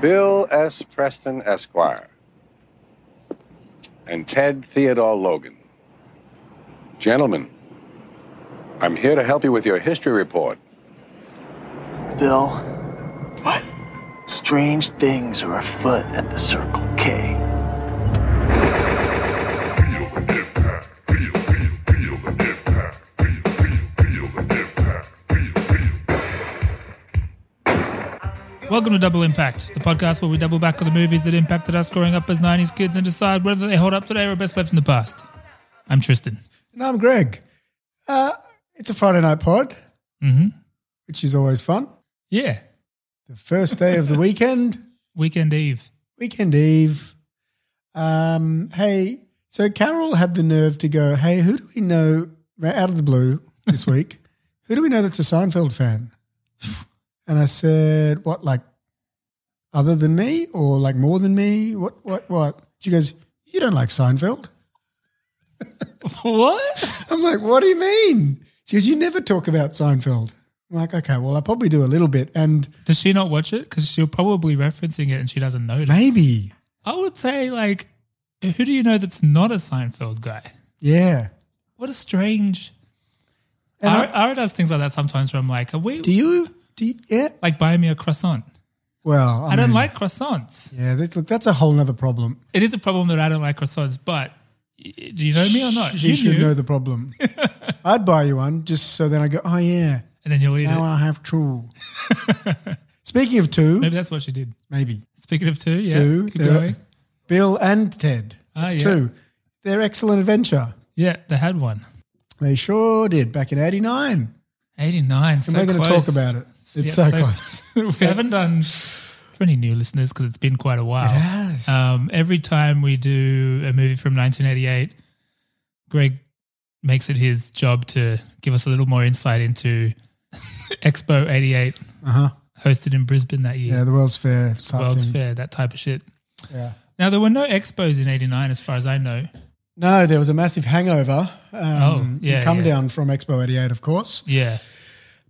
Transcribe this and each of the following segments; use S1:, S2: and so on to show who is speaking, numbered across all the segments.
S1: Bill S. Preston, Esquire, and Ted Theodore Logan. Gentlemen, I'm here to help you with your history report.
S2: Bill, what? Strange things are afoot at the Circle K.
S3: Welcome to Double Impact, the podcast where we double back on the movies that impacted us growing up as 90s kids and decide whether they hold up today or are best left in the past. I'm Tristan.
S4: And I'm Greg. Uh, it's a Friday night pod,
S3: Mm-hmm.
S4: which is always fun.
S3: Yeah.
S4: The first day of the weekend,
S3: Weekend Eve.
S4: weekend eve. Um, hey, so Carol had the nerve to go, hey, who do we know out of the blue this week? who do we know that's a Seinfeld fan? And I said, what, like other than me or like more than me? What, what, what? She goes, you don't like Seinfeld?
S3: what?
S4: I'm like, what do you mean? She goes, you never talk about Seinfeld. I'm like, okay, well, I probably do a little bit. And
S3: Does she not watch it? Because she'll probably referencing it and she doesn't notice.
S4: maybe,
S3: I would say, like, who do you know that's not a Seinfeld guy?
S4: yeah.
S3: What a strange.
S4: And
S3: Ara,
S4: I-
S3: Ara does things like that sometimes where I'm like, are we
S4: do you, do you, yeah.
S3: like buy me a croissant?
S4: Well,
S3: I don't
S4: mean,
S3: like croissants.
S4: Yeah, this, look, that's a whole other problem.
S3: It is a problem that I don't like croissants, but y- do you know me or not?
S4: She
S3: you
S4: should
S3: knew,
S4: know the problem. I'd buy you one just so then I go, oh yeah,
S3: and then you'll eat
S4: now
S3: it.
S4: I have two. Speaking of two,
S3: Maybe
S4: maybe,
S3: that's what she did. Speaking of two, yeah,
S4: two,
S3: keep
S4: they're-
S3: going.
S4: Bill and Ted.
S3: Ah,
S4: That's
S3: yeah.
S4: two. They're excellent adventure.
S3: Yeah, they had one.
S4: They sure did back in '89.
S3: 89.
S4: And
S3: So
S4: we're going to
S3: close.
S4: talk about it. It's
S3: Yeah,
S4: so, close.
S3: we haven't done for any new listeners because it's been quite a while.
S4: Yes.
S3: Um, every time we do a movie from 1988, Greg makes it his job to give us a little more insight into Expo 88,
S4: Uh huh.
S3: hosted in Brisbane that year.
S4: Yeah, the World's Fair. type
S3: World's
S4: thing.
S3: Fair, that type of shit.
S4: Yeah.
S3: Now there were no expos in '89, as far as I know.
S4: No, there was a massive hangover. Um,
S3: Oh, yeah,
S4: Come
S3: yeah.
S4: down from Expo 88, of course.
S3: Yeah,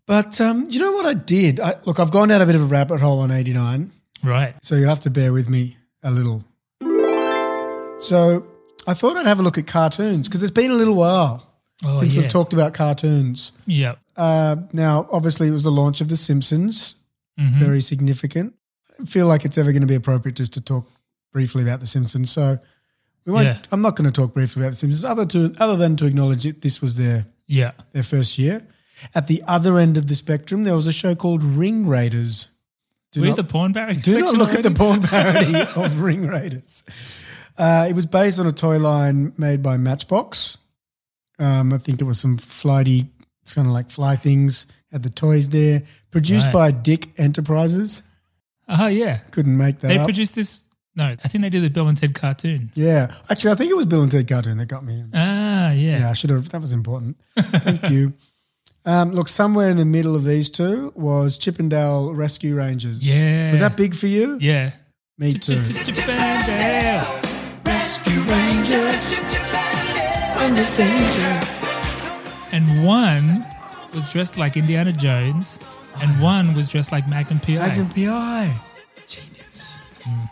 S4: But um, you know what I did? I, look, I've gone down a bit of a rabbit hole on 89,
S3: right.
S4: so you'll have to bear with me a little. So I thought I'd have a look at cartoons because it's been a little while
S3: Oh,
S4: since
S3: yeah.
S4: we've talked about cartoons.
S3: yeah,
S4: Uh, now, obviously, it was the launch of The Simpsons,
S3: Mm-hmm. Hmm.
S4: very significant. I don't feel like it's ever going to be appropriate just to talk briefly about The Simpsons. So we won't,
S3: Yeah.
S4: I'm not going to talk briefly about The Simpsons other, to, other than to acknowledge that this was their
S3: yeah.
S4: their first year. At the other end of the spectrum, there was a show called Ring Raiders. Do
S3: We're
S4: not,
S3: the porn barrack.
S4: do not
S3: section
S4: look at the
S3: already?
S4: porn parody of Ring Raiders. Uh, it was based on a toy line made by Matchbox. Um, I think it was some flighty, it's kind of like fly things, had the toys there. Produced
S3: Right.
S4: by Dick Enterprises.
S3: Oh yeah,
S4: Couldn't make that
S3: they
S4: up.
S3: produced this. No, I think they did the Bill and Ted cartoon.
S4: yeah. Actually, I think it was Bill and Ted Cartoon that got me.
S3: Ah, yeah.
S4: Yeah, I should have. That was important. Thank you. Um, look, somewhere in the middle of these two was Chippendale Rescue Rangers.
S3: Yeah.
S4: Was that big for you?
S3: Yeah.
S4: Me too.
S3: Ch-ch-ch-ch-bandel.
S4: Rescue Rangers. Under danger.
S3: And one was dressed like Indiana Jones, and one was dressed like Magnum PI.
S4: Magnum PI. Genius.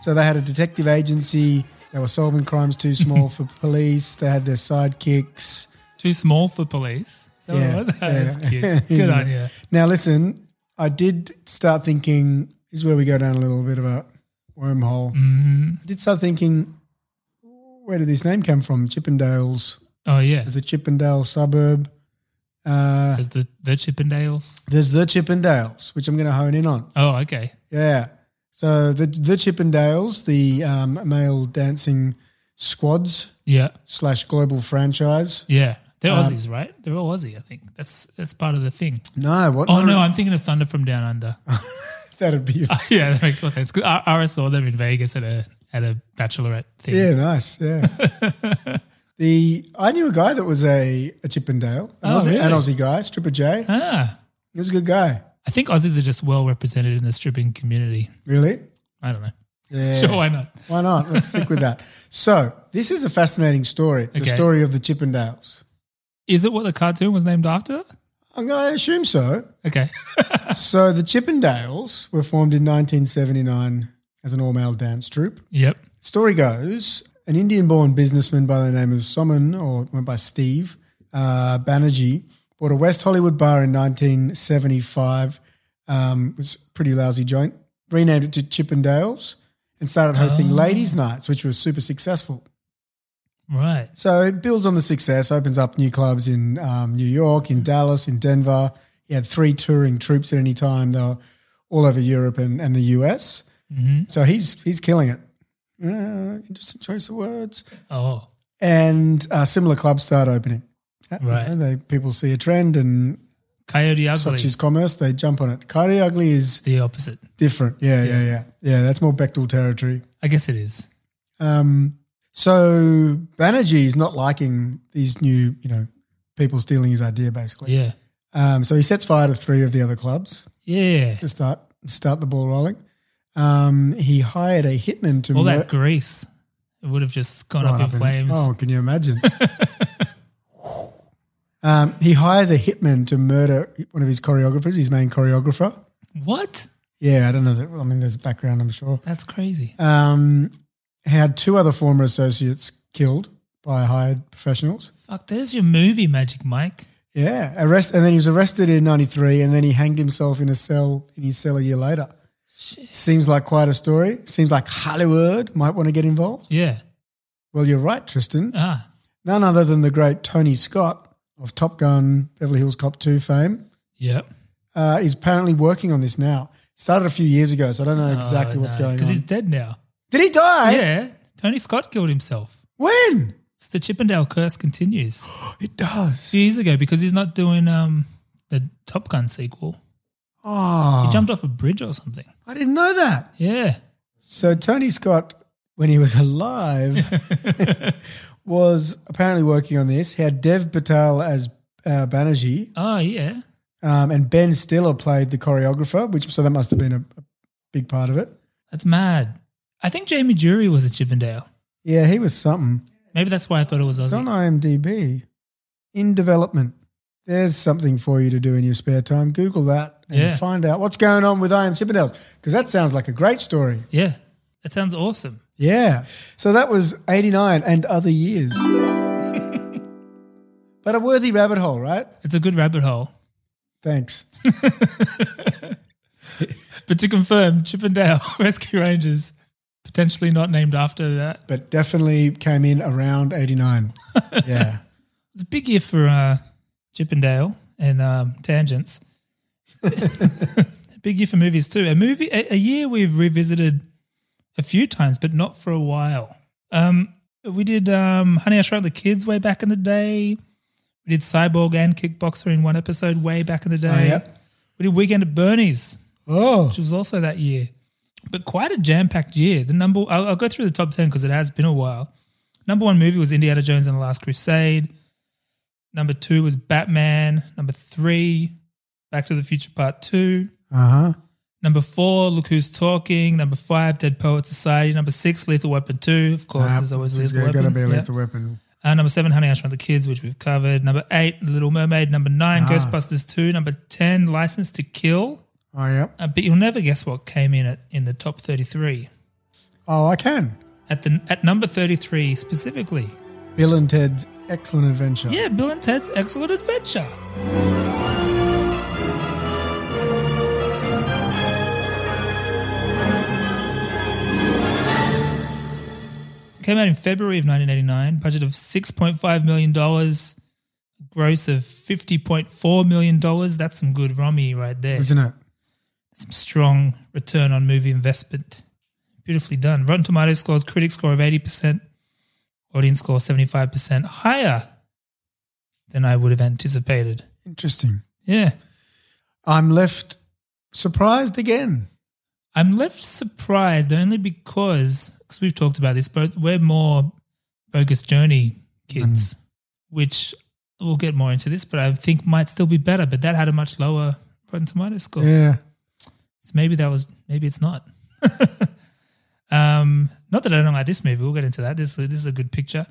S4: So they had a detective agency. They were solving crimes too small for police. They had their sidekicks.
S3: Too small for police. Is that what it was? Oh, That's cute. Good
S4: Isn't
S3: on
S4: it?
S3: you.
S4: Now, listen, I did start thinking, this is where we go down a little bit of a wormhole.
S3: Mm-hmm.
S4: I did start thinking, where did this name come from? Chippendales.
S3: Oh yeah.
S4: There's a Chippendale suburb. Uh,
S3: As the the Chippendales.
S4: there's the Chippendales, which I'm going to hone in on.
S3: Oh okay.
S4: Yeah. So the, the Chippendales, the um, male dancing squads
S3: Yeah.
S4: slash global franchise.
S3: Yeah. They're
S4: Um,
S3: Aussies, right? They're all Aussie, I think. That's that's part of the thing.
S4: No, what?
S3: Oh no, I'm thinking of Thunder from Down Under.
S4: That'd be.
S3: yeah, that makes more sense. 'Cause I, I saw them in Vegas at a at a bachelorette thing.
S4: Yeah, nice. Yeah. the I knew a guy that was a, a Chippendale, an,
S3: Oh,
S4: Aussie, an
S3: really?
S4: Aussie guy, Stripper J.
S3: Ah.
S4: He was a good guy.
S3: I think Aussies are just well represented in the stripping community.
S4: Really?
S3: I don't know.
S4: Yeah.
S3: Sure, why not?
S4: Why not? Let's stick with that. So this is a fascinating story. The
S3: Okay.
S4: story of the Chippendales.
S3: Is it what the cartoon was named after?
S4: I'm going to assume so.
S3: Okay.
S4: so the Chippendales were formed in 1979 as an all male dance troupe.
S3: Yep.
S4: Story goes an Indian born businessman by the name of Soman, or went by Steve uh, Banerjee, bought a West Hollywood bar in 1975. Um, it was a pretty lousy joint. Renamed it to Chippendales and started hosting ladies' nights, which was super successful.
S3: Right.
S4: So it builds on the success, opens up new clubs in um, New York, in Dallas, in Denver. He had three touring troops at any time. They were all over Europe and, and the US.
S3: Mm-hmm.
S4: So he's he's killing it. Uh, interesting choice of words.
S3: Oh,
S4: And uh, similar clubs start opening. Uh, you
S3: Right.
S4: know, they, people see a trend and
S3: Coyote Ugly.
S4: such is commerce, they jump on it. Coyote Ugly is
S3: the opposite.
S4: different. Yeah, yeah, yeah. Yeah, that's more Bechtel territory.
S3: I guess it is.
S4: Um, so Banerjee is not liking these new, you know, people stealing his idea basically.
S3: Yeah.
S4: Um, so he sets fire to three of the other clubs
S3: Yeah.
S4: to start start the ball rolling. Um, he hired a hitman to
S3: All
S4: mur-
S3: that grease it would have just gone up
S4: Right
S3: in
S4: up in-
S3: flames.
S4: Oh, can you imagine? um, he hires a hitman to murder one of his choreographers, his main choreographer.
S3: What?
S4: Yeah, I don't know that. I mean, there's a background, I'm sure.
S3: That's crazy.
S4: Um, had two other former associates killed by hired professionals.
S3: Fuck, there's your movie Magic Mike.
S4: Yeah, arrest, and then he was arrested in '93, and then he hanged himself in a cell in his cell a year later. Seems like quite a story. Seems like Hollywood might want to get involved.
S3: Yeah.
S4: Well, you're right, Tristan.
S3: Ah,
S4: None other than the great Tony Scott of Top Gun, Beverly Hills Cop 2 fame,
S3: yep.
S4: uh, is apparently working on this now. Started a few years ago, so I don't know exactly what's going on.
S3: Because Oh, he's dead now.
S4: Did he die?
S3: yeah. Tony Scott killed himself.
S4: When?
S3: So the Chippendale curse continues.
S4: It does.
S3: Two years ago, because he's not doing um the Top Gun sequel.
S4: Oh,
S3: He jumped off a bridge or something.
S4: I didn't know that.
S3: Yeah.
S4: So Tony Scott, when he was alive, was apparently working on this. He had Dev Patel as uh, Banerjee,
S3: Oh, yeah.
S4: um, and Ben Stiller played the choreographer, which so that must have been a, a big part of it.
S3: That's mad. I think Jamie Jury was a Chippendale.
S4: Yeah, he was something.
S3: Maybe that's why I thought it was
S4: It's on
S3: Aussie.
S4: IMDb. In development. There's something for you to do in your spare time. Google that and
S3: Yeah.
S4: find out what's going on with I Am Chippendales because that sounds like a great story.
S3: Yeah. That sounds awesome.
S4: Yeah. So that was 89 and other years. but a worthy rabbit hole, right?
S3: It's a good rabbit hole.
S4: Thanks.
S3: But to confirm, Chippendale Rescue Rangers, potentially not named after that.
S4: But definitely came in around 89. yeah.
S3: It's a big year for uh, Chippendale and um, Tangents. big year for movies too. A movie, a, a year we've revisited a few times, but not for a while. Um, we did um, Honey I Shrunk the Kids way back in the day. We did Cyborg and Kickboxer in one episode way back in the day.
S4: yeah.
S3: We did Weekend at Bernie's,
S4: Oh,
S3: which was also that year. But quite a jam-packed year. The number I'll, I'll go through the top ten because it has been a while. Number one movie was Indiana Jones and the Last Crusade. Number two was Batman. Number three, Back to the Future Part Two.
S4: uh huh.
S3: Number four, Look Who's Talking. Number five, Dead Poet Society. Number six, Lethal Weapon Two. Of course,
S4: Ah,
S3: there's always Lethal Weapon.
S4: going to be a
S3: Yeah.
S4: lethal weapon.
S3: Uh, number seven, Honey, I Shrunk the Kids, which we've covered. Number eight, Little Mermaid. Number nine,
S4: Ah.
S3: Ghostbusters Two. Number ten, License to Kill.
S4: Oh, yeah.
S3: Uh, but you'll never guess what came in at, in the top 33.
S4: Oh, I can.
S3: At the at number 33 specifically.
S4: Bill and Ted's Excellent Adventure.
S3: Yeah, Bill and Ted's Excellent Adventure. It came out in February of 1989, budget of $6.5 million, gross of $50.4 million. That's some good Romy right there.
S4: Isn't it?
S3: some strong return on movie investment. Beautifully done. Rotten Tomatoes scores critic score of 80%, audience score 75% higher than I would have anticipated.
S4: Interesting.
S3: Yeah.
S4: I'm left surprised again.
S3: I'm left surprised only because because we've talked about this, but we're more bogus journey kids, which we'll get more into this, but I think might still be better. But that had a much lower Rotten Tomatoes score.
S4: Yeah.
S3: So maybe that was maybe it's not. um, not that I don't like this movie. We'll get into that. This this is a good picture,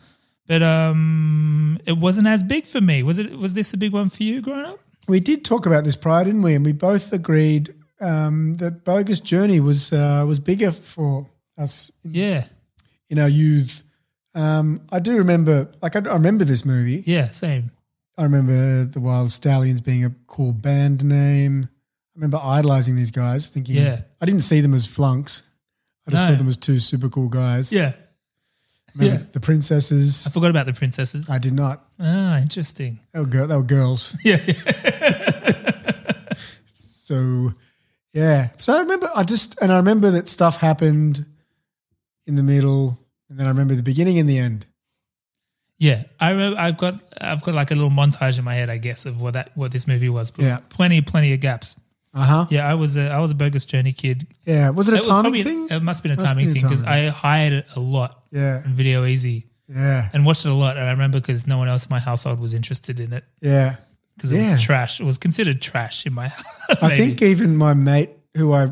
S3: but um, it wasn't as big for me. Was it? Was this a big one for you growing up?
S4: We did talk about this prior, didn't we? And we both agreed um, that Bogus Journey was uh, was bigger for us
S3: Yeah.
S4: in our youth. Um, I do remember, like, I, I remember this movie.
S3: Yeah. Same.
S4: I remember the Wild Stallions being a cool band name. I remember idolizing these guys, thinking,
S3: Yeah.
S4: I didn't see them as flunks. I just
S3: No.
S4: saw them as two super cool guys.
S3: Yeah.
S4: Remember
S3: yeah.
S4: the princesses.
S3: I forgot about the princesses.
S4: I did not.
S3: ah, interesting.
S4: They were, girl, they were girls.
S3: Yeah.
S4: So, yeah. So I remember, I just, and I remember that stuff happened in the middle, and then I remember the beginning and the end.
S3: yeah. I remember I've got I've got like a little montage in my head, I guess, of what that what this movie was. But
S4: Yeah.
S3: Plenty, plenty of gaps.
S4: Uh huh.
S3: Yeah, I was a I was a bogus journey kid.
S4: Yeah. Was it a
S3: It was
S4: timing
S3: probably-
S4: thing?
S3: It must have been a
S4: Must
S3: timing
S4: be a
S3: thing because
S4: timing
S3: I hired it a lot
S4: yeah.
S3: on Video Easy
S4: Yeah.
S3: and watched it a lot. And I remember because no one else in my household was interested in it
S4: Yeah.
S3: because it
S4: Yeah.
S3: was trash. It was considered trash in my house.
S4: I think even my mate who I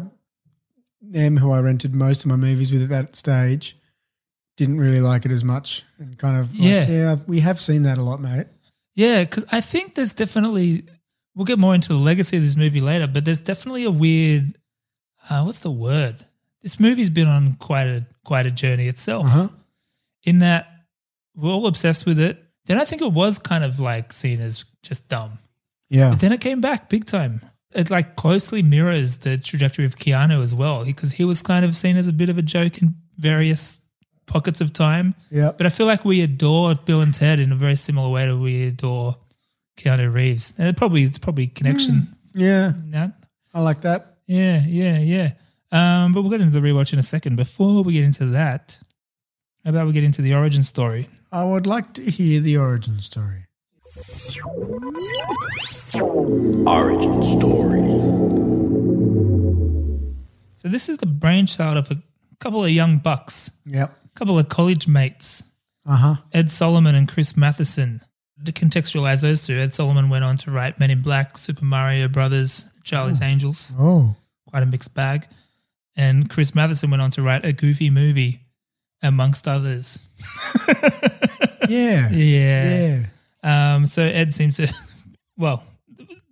S4: am, who I rented most of my movies with at that stage, didn't really like it as much and kind of, like,
S3: Yeah.
S4: yeah, we have seen that a lot, mate.
S3: Yeah, because I think there's definitely we'll get more into the legacy of this movie later, but there's definitely a weird uh, what's the word? This movie's been on quite a quite a journey itself.
S4: Uh-huh.
S3: In that we're all obsessed with it. Then I think it was kind of like seen as just dumb.
S4: Yeah.
S3: But then it came back big time. It like closely mirrors the trajectory of Keanu as well, because he was kind of seen as a bit of a joke in various pockets of time.
S4: Yeah.
S3: But I feel like we adore Bill and Ted in a very similar way that we adore Keanu Reeves. And it probably it's probably connection
S4: Yeah.
S3: in that.
S4: I like that.
S3: Yeah, yeah, yeah. Um, but we'll get into the rewatch in a second. Before we get into that, how about we get into the origin story?
S4: I would like to hear the origin story.
S5: Origin story.
S3: So this is the brainchild of a couple of young bucks,
S4: Yep.
S3: a couple of college mates,
S4: Uh huh.
S3: Ed Solomon and Chris Matheson. To contextualize those two, Ed Solomon went on to write Men in Black, Super Mario Brothers, Charlie's Angels.
S4: Oh.
S3: quite a mixed bag. And Chris Matheson went on to write a goofy movie, amongst others.
S4: Yeah.
S3: Yeah.
S4: Yeah.
S3: Um, so Ed seems to, well,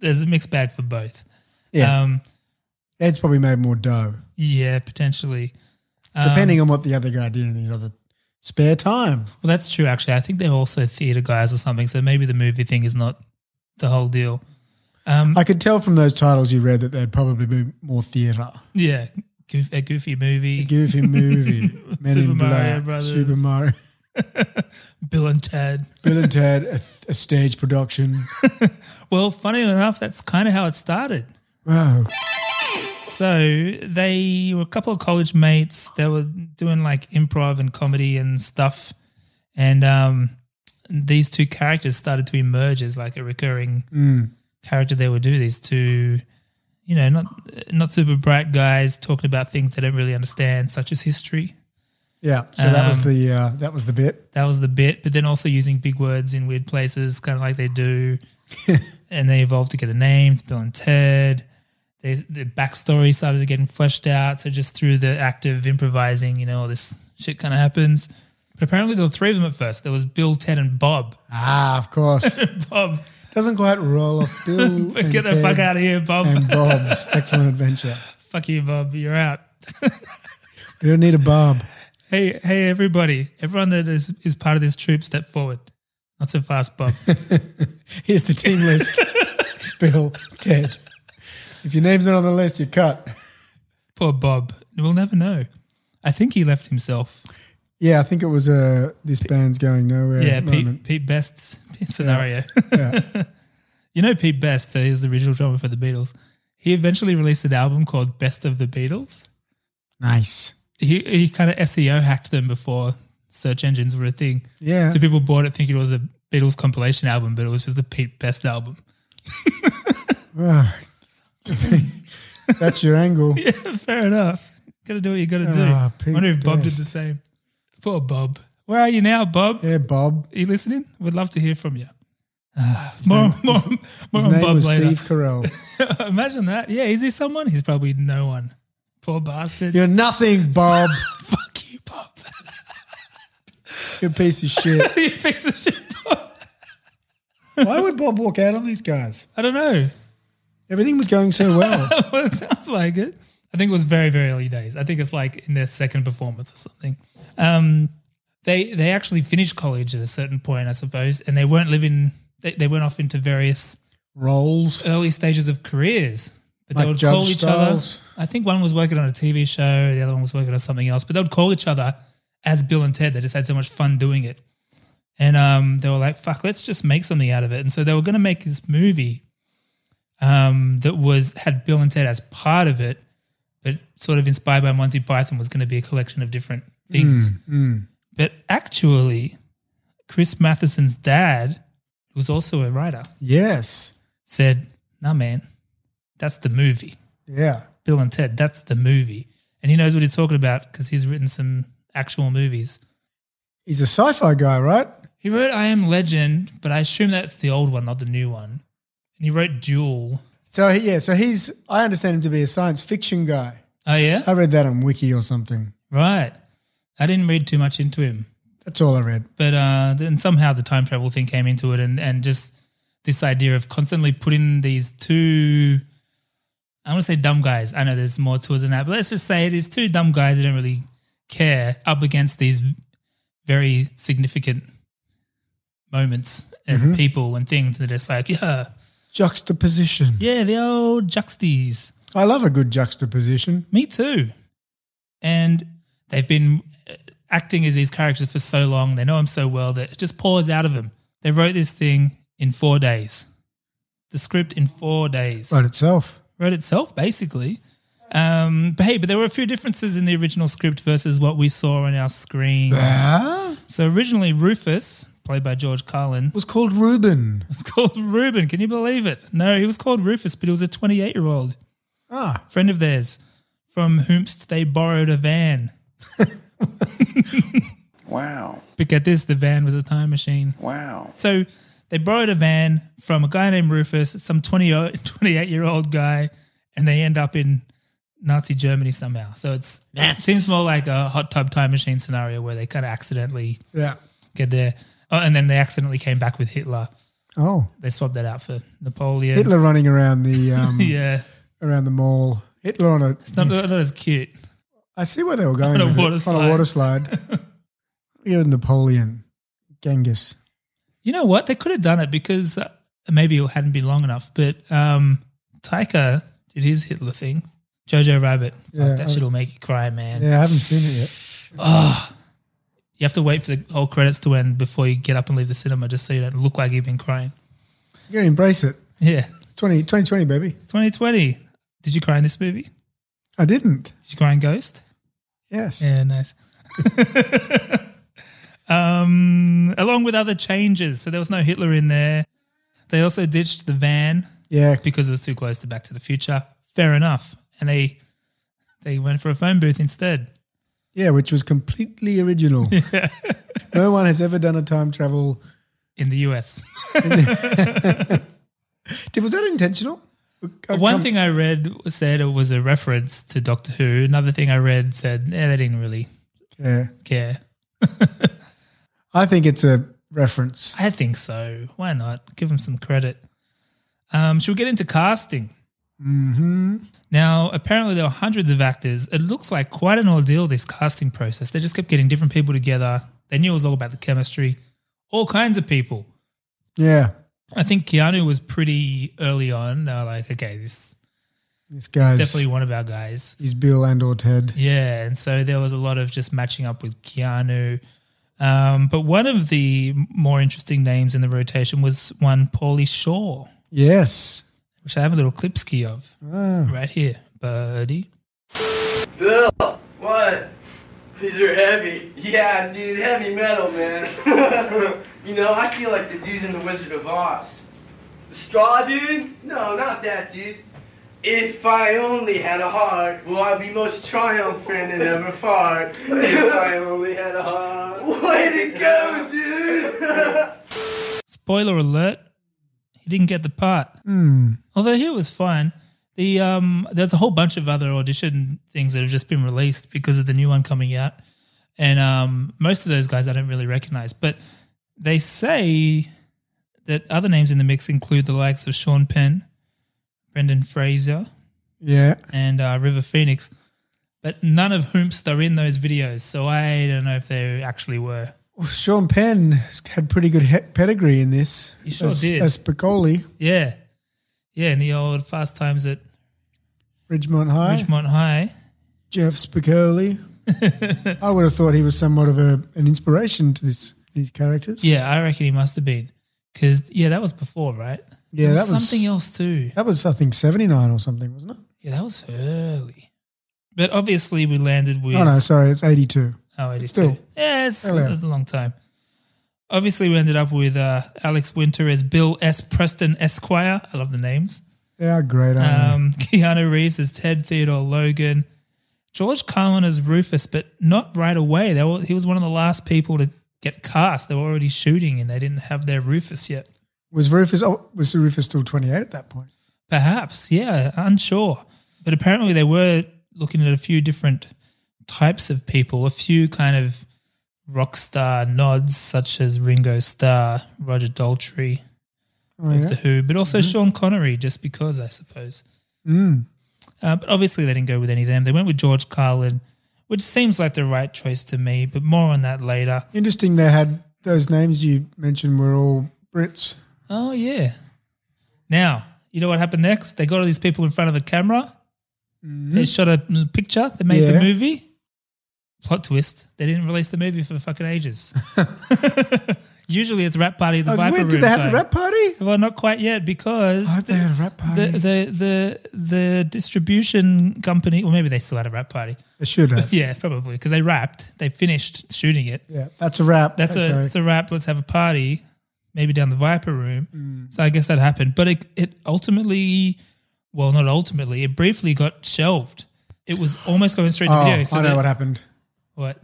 S3: there's a mixed bag for both.
S4: Yeah.
S3: Um,
S4: Ed's probably made more dough,
S3: yeah, potentially. Um,
S4: depending on what the other guy did in his other spare time.
S3: Well, that's true, actually. I think they're also theater guys or something. So maybe the movie thing is not the whole deal.
S4: I could tell from those titles you read that they'd probably be more theatre.
S3: Yeah. Goof, a goofy movie.
S4: Goofy movie, Men
S3: Super
S4: in
S3: Mario
S4: Black,
S3: Brothers.
S4: Super Mario,
S3: Bill and Ted.
S4: Bill and Ted, a, a stage production.
S3: Well, funny enough, that's kind of how it started.
S4: Wow.
S3: So they were a couple of college mates. They were doing like improv and comedy and stuff, and um, these two characters started to emerge as like a recurring character they would do. These two, you know, not not super bright guys talking about things they don't really understand, such as history.
S4: Yeah. So that was
S3: Um,
S4: the uh, that was the bit.
S3: That was the bit, but then also using big words in weird places, kind of like they do. and they evolved to get the names, Bill and Ted. They, the backstory started getting fleshed out. So just through the act of improvising, you know, all this shit kind of happens. But apparently there were three of them at first. There was Bill, Ted, and Bob.
S4: Ah, of course.
S3: Bob,
S4: Doesn't quite roll off. Bill and
S3: get the
S4: Ted
S3: fuck out of here, Bob.
S4: and Bob's excellent adventure.
S3: fuck you, Bob. You're out.
S4: We don't need a Bob.
S3: Hey, hey, everybody! Everyone that is is part of this troop, step forward. Not so fast, Bob.
S4: Here's the team list. Bill, Ted. If your name's not on the list, you're cut.
S3: Poor Bob. We'll never know. I think he left himself.
S4: Yeah, I think it was uh, this band's going nowhere.
S3: Yeah,
S4: at the moment.
S3: Pete, Pete Best's scenario.
S4: Yeah.
S3: you know Pete Best, so he's the original drummer for the Beatles. He eventually released an album called Best of the Beatles.
S4: Nice.
S3: He he kind of SEO hacked them before search engines were a thing.
S4: Yeah.
S3: So people bought it thinking it was a Beatles compilation album, but it was just a Pete Best album.
S4: Ah. That's your angle.
S3: Fair enough. Gotta do what you gotta do.
S4: Ah, Pete
S3: wonder if Bob did
S4: Best.
S3: the same. Poor Bob. Where are you now, Bob?
S4: Yeah, Bob.
S3: Are you listening? We'd love to hear from you. Ah, more, more, more
S4: His
S3: on
S4: name
S3: Bob
S4: was
S3: later.
S4: Steve Carell.
S3: Imagine that. Yeah, is he someone? He's probably no one. Poor bastard.
S4: You're nothing, Bob.
S3: Fuck you, Bob.
S4: You're a piece of shit.
S3: you piece of shit, Bob.
S4: Why would Bob walk out on these guys?
S3: I don't know.
S4: Everything was going so well.
S3: well, it sounds like it. I think it was very, very early days. I think it's like in their second performance or something. Um, they they actually finished college at a certain point, I suppose, and they weren't living. They, they went off into various
S4: Roles.
S3: early stages of careers, but they
S4: Like
S3: would
S4: Judge
S3: call each
S4: Styles.
S3: other. I think one was working on a TV show, the other one was working on something else, but they would call each other as Bill and Ted. They just had so much fun doing it, and um, they were like, "Fuck, let's just make something out of it." And so they were going to make this movie um, that was had Bill and Ted as part of it, but sort of inspired by Monty Python was going to be a collection of different things.
S4: Hmm.
S3: But actually, Chris Matheson's dad, who was also a writer
S4: Yes.
S3: said, "Nah, man, that's the movie.
S4: Yeah.
S3: Bill and Ted, that's the movie." And he knows what he's talking about because he's written some actual movies.
S4: He's a sci-fi guy, right?
S3: He wrote "I Am Legend," but I assume that's the old one, not the new one. And he wrote "Duel."
S4: So he- yeah, so he's I understand him to be a science fiction guy.
S3: Oh yeah,
S4: I read that on Wiki or something.
S3: right. I didn't read too much into him,
S4: That's all I read.
S3: but uh, then somehow the time travel thing came into it, and and just this idea of constantly putting these two. I want to say dumb guys. I know there's more to it than that, but let's just say these two dumb guys who don't really care up against these very significant moments and people and things. And they're just like, yeah,
S4: Juxtaposition.
S3: yeah, the old juxties.
S4: I love a good juxtaposition.
S3: Me too. And they've been uh, acting as these characters for so long. They know them so well that it just pours out of them. They wrote this thing in four days. The script in four days.
S4: Right itself.
S3: Wrote itself, basically. Um, but hey, but there were a few differences in the original script versus what we saw on our screen.
S4: Ah,
S3: So originally, Rufus, played by George Carlin,
S4: was called Reuben.
S3: was called Reuben. Can you believe it? No, he was called Rufus, but he was a 28 year old
S4: Ah,
S3: friend of theirs from whomst they borrowed a van.
S1: Wow.
S3: But get this, the van was a time machine.
S1: Wow.
S3: So they borrowed a van from a guy named Rufus, some 20, 28 year old guy, and they end up in Nazi Germany somehow. So it's, it seems more like a hot tub time machine scenario where they kind of accidentally
S4: yeah.
S3: get there. Oh, and then they accidentally came back with Hitler.
S4: Oh,
S3: They swapped that out for Napoleon.
S4: Hitler running around the um,
S3: Yeah.
S4: around the mall. Hitler on a.
S3: It's not, not as cute.
S4: I see where they were going
S3: On a
S4: with it.
S3: water
S4: on a water slide. You're Napoleon, Genghis.
S3: You know what? They could have done it because uh, maybe it hadn't been long enough. But um, Taika did his Hitler thing. Jojo Rabbit. Fuck,
S4: Yeah,
S3: that
S4: I-
S3: shit'll make you cry, man.
S4: Yeah, I haven't seen it yet.
S3: You have to wait for the whole credits to end before you get up and leave the cinema, just so you don't look like you've been crying.
S4: You gotta embrace it.
S3: Yeah,
S4: 20, 2020, baby.
S3: 2020. Did you cry in this movie? Did
S4: I didn't.
S3: you cry in Ghost?
S4: Yes.
S3: Yeah, nice. um, along with other changes, so there was no Hitler in there. They also ditched the van.
S4: Yeah.
S3: because it was too close to Back to the Future. Fair enough. And they they went for a phone booth instead.
S4: Yeah, which was completely original. no one has ever done a time travel.
S3: In the US.
S4: Did, was that intentional?
S3: Uh, One thing I read said it was a reference to Doctor Who. Another thing I read said, yeah, they didn't really
S4: Yeah.
S3: care.
S4: I think it's a reference.
S3: I think so. Why not? Give them some credit. Um, she'll get into casting. Mm-hmm. Now, apparently, there were hundreds of actors. It looks like quite an ordeal, this casting process. They just kept getting different people together. They knew it was all about the chemistry, all kinds of people.
S4: Yeah.
S3: I think Keanu was pretty early on. They were like, okay, this
S4: This
S3: is
S4: guy's
S3: definitely one of our guys.
S4: he's Bill and or Ted.
S3: Yeah. And so there was a lot of just matching up with Keanu. Um, but one of the more interesting names in the rotation was one Paulie Shaw,
S4: Yes.
S3: which I have a little clip ski of right here. Birdie.
S6: Bill, what? These are heavy. Yeah, dude, heavy metal, man. you know, I feel like the dude in The Wizard of Oz. The straw dude? No, not that dude. If I only had a heart, well, I'd be most triumphant and never fart. If I only had a heart. Way to go, dude!
S3: Spoiler alert, he didn't get the part. Although he was fine. The um, there's a whole bunch of other audition things that have just been released because of the new one coming out, and um, most of those guys I don't really recognize. But they say that other names in the mix include the likes of Sean Penn, Brendan Fraser,
S4: Yeah.
S3: and uh, River Phoenix, but none of whomst are in those videos. So I don't know if they actually were.
S4: Well, Sean Penn has had pretty good he- pedigree in this.
S3: He sure
S4: as,
S3: did.
S4: As Piccoli,
S3: Yeah, yeah, in the old Fast Times at
S4: Ridgemont High.
S3: Richmond High.
S4: Jeff Spicoli. I would have thought he was somewhat of a, an inspiration to this these characters.
S3: Yeah, I reckon he must have been because yeah, that was before, right?
S4: Yeah,
S3: There
S4: that was-
S3: something else too.
S4: That was, I think, 79 or something, wasn't it?
S3: Yeah, that was early. But obviously, we landed with
S4: Oh, no, sorry, it's 82.
S3: Oh, 82.
S4: Still.
S3: Yeah, it's,
S4: Hell yeah.
S3: that's a long time. Obviously, we ended up with uh, Alex Winter as Bill S. Preston Esquire. I love the names.
S4: They are great, aren't they?
S3: Um, Keanu Reeves as Ted Theodore Logan. George Carlin as Rufus, but not right away. They were, he was one of the last people to get cast. They were already shooting and they didn't have their Rufus yet.
S4: Was Rufus, oh, was Rufus still 28 at that point?
S3: Perhaps, yeah, unsure. But apparently they were looking at a few different types of people, a few kind of rock star nods, such as Ringo Starr, Roger Daltrey,
S4: Oh,
S3: of
S4: yeah.
S3: The Who, but also Sean Connery, just because, I suppose.
S4: Mm.
S3: Uh, but obviously they didn't go with any of them. They went with George Carlin, which seems like the right choice to me, but more on that later.
S4: Interesting they had those names you mentioned were all Brits.
S3: Oh, yeah. Now, you know what happened next? They got all these people in front of a camera. They shot a mm, picture. They made
S4: Mm-hmm. Yeah.
S3: the movie. Plot twist. They didn't release the movie for fucking ages. Usually it's rap party at the
S4: I was
S3: Viper
S4: weird.
S3: Room.
S4: Did they have
S3: time.
S4: the rap party?
S3: Well, not quite yet because
S4: I hope they had a rap party.
S3: the, the, the, the distribution company, or maybe they still had a rap party.
S4: They should have.
S3: Yeah, probably because they rapped. They finished shooting it.
S4: yeah, that's a rap.
S3: That's a
S4: so-
S3: that's a wrap. Let's have a party, maybe down the Viper room.
S4: Mm.
S3: So I guess that happened, but it it ultimately, well, not ultimately, it briefly got shelved. It was almost going straight to
S4: oh,
S3: video. So
S4: I know
S3: that-
S4: what happened.
S3: what?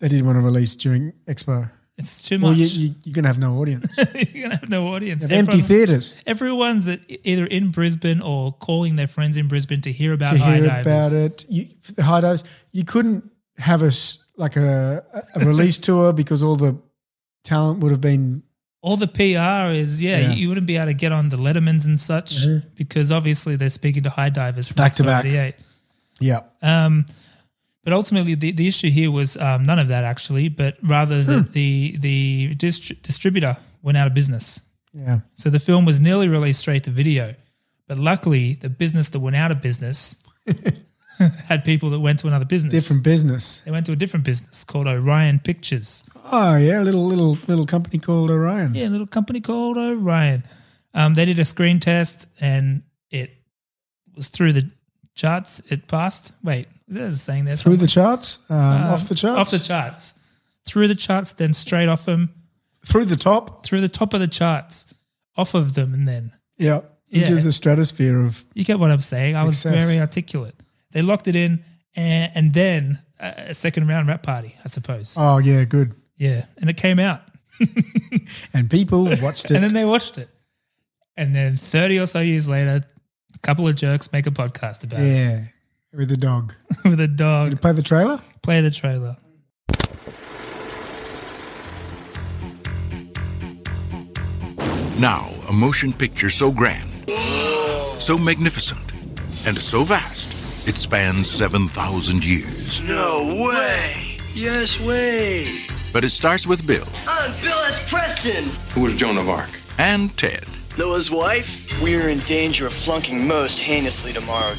S4: They didn't want to release during Expo.
S3: It's too
S4: Well,
S3: much.
S4: you, you, you're going to have no audience. You
S3: you, are gonna have no audience.
S4: have empty
S3: Everyone-
S4: theatres.
S3: Everyone's at, either in Brisbane or calling their friends in Brisbane to hear about
S4: to
S3: high
S4: hear
S3: divers.
S4: about it. You, for the high dives, you couldn't have a s- like a, a- a release tour because all the talent would have been.
S3: All the PR is yeah,
S4: Yeah.
S3: You, you wouldn't be able to get on the Lettermans and such because obviously they're speaking to high divers from
S4: Back to back.
S3: 78.
S4: Yeah,
S3: Um, but ultimately, the, the issue here was um, none of that actually, but rather
S4: Hmm.
S3: that the the distri- distributor went out of business.
S4: yeah.
S3: So the film was nearly released straight to video, but luckily, the business that went out of business had people that went to another business.
S4: Different business.
S3: They went to a different business called Orion Pictures.
S4: Oh yeah, little little little company called Orion.
S3: Yeah, a little company called Orion. Um, they did a screen test and it was through the charts. It passed. Wait, is that a saying there?
S4: Through
S3: somewhere?
S4: the charts, um, off the charts,
S3: Off the charts. Through the charts, then straight off them.
S4: through the top.
S3: Through the top of the charts, off of them, and then.
S4: Yeah,
S3: Yeah.
S4: into the stratosphere of
S3: You get what I'm saying? I was
S4: Success.
S3: very articulate. They locked it in, and, and then a, a second round rap party, I suppose.
S4: oh yeah, good.
S3: Yeah. And it came out,
S4: And people watched it.
S3: and then they watched it. And then 30 or so years later, a couple of jerks make a podcast about
S4: yeah, with the dog.
S3: it with a dog.
S4: Play the trailer.
S3: Play the trailer.
S5: Now, a motion picture so grand, so magnificent, and so vast, it spans 7,000 years.
S6: No way. Yes way.
S5: But it starts with Bill
S6: I'm Bill S. Preston.
S7: Who was Joan of Arc?
S5: and Ted,
S6: Noah's wife? We're in danger of flunking most heinously tomorrow.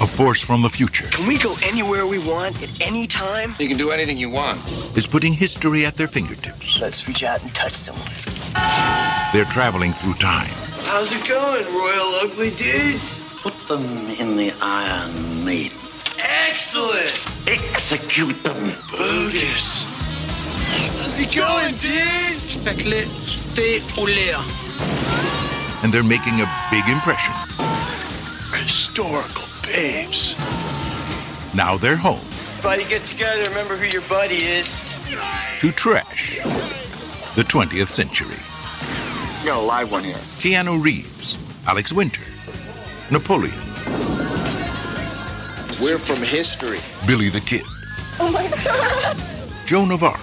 S5: a force from the future,
S6: Can we go anywhere we want at any time?
S7: You can do anything you want.
S5: is putting history at their fingertips.
S6: Let's reach out and touch someone.
S5: They're traveling through time.
S6: How's it going, Royal Ugly Dudes?
S8: Put them in the Iron Maiden.
S6: Excellent!
S8: Execute them.
S6: Bogus. How's it going, dude?
S5: and they're making a big impression.
S6: Historical babes.
S5: Now they're home
S6: Everybody get together, remember who your buddy is.
S5: to trash the 20th century.
S7: You got a live one here.
S5: Keanu Reeves, Alex Winter, Napoleon,
S7: We're from history.
S5: Billy the Kid. Joan of Arc,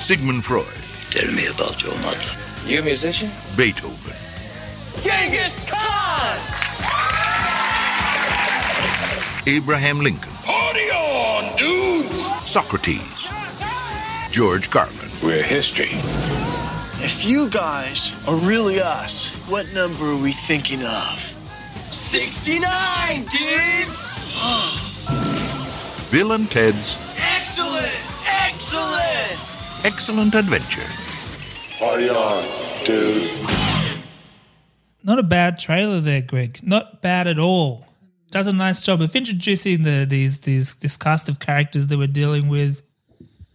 S5: Sigmund Freud,
S6: Tell me about your mother.
S7: You a musician?
S5: Beethoven,
S6: Genghis Khan!
S5: Abraham Lincoln,
S9: Party on, dudes!
S5: Socrates, George Carlin,
S1: We're history.
S2: If you guys are really us, what number are we thinking of?
S6: 69, dudes!
S5: Bill and Ted's
S6: Excellent! Excellent!
S5: Excellent Adventure.
S9: Party on, dude.
S3: Not a bad trailer there, Greg. Not bad at all. Does a nice job of introducing the these these this cast of characters that we're dealing with.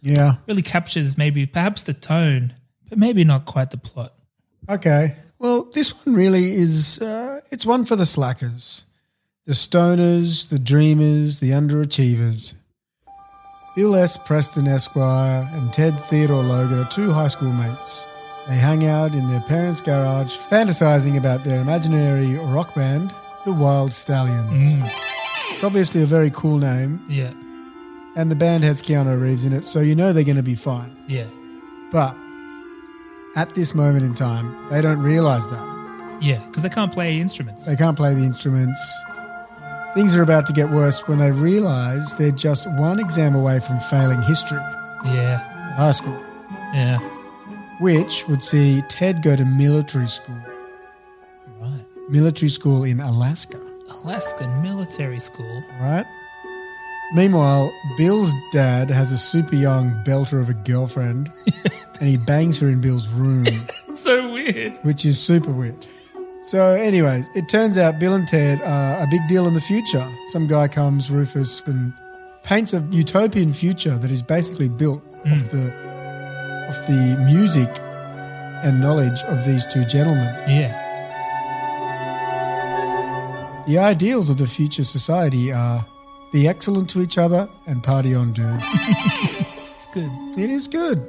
S4: Yeah.
S3: Really captures maybe perhaps the tone, but maybe not quite the plot.
S4: Okay. Well, this one really is, uh, it's one for the slackers, the stoners, the dreamers, the underachievers. Bill S. Preston Esquire and Ted Theodore Logan are two high school mates. They hang out in their parents' garage, fantasizing about their imaginary rock band, the Wild Stallions. It's obviously a very cool name,
S3: Yeah,
S4: and the band has Keanu Reeves in it, so you know they're going to be fine.
S3: yeah,
S4: But at this moment in time, they don't realize that.
S3: yeah. Because they can't play instruments.
S4: They can't play the instruments. Things are about to get worse when they realize they're just one exam away from failing history at
S3: yeah,
S4: high school,
S3: yeah.
S4: which would see Ted go to military school,
S3: Right.
S4: military school in Alaska,
S3: Alaska military school.
S4: right? Meanwhile, Bill's dad has a super young belter of a girlfriend and he bangs her in Bill's room.
S3: So weird.
S4: which is super weird. So, anyways, it turns out Bill and Ted are a big deal in the future. Some guy comes, Rufus, and paints a utopian future that is basically built off the off the music and knowledge of these two gentlemen.
S3: Yeah,
S4: The ideals of the future society are be excellent to each other and party on, dude.
S3: it's good.
S4: It is good.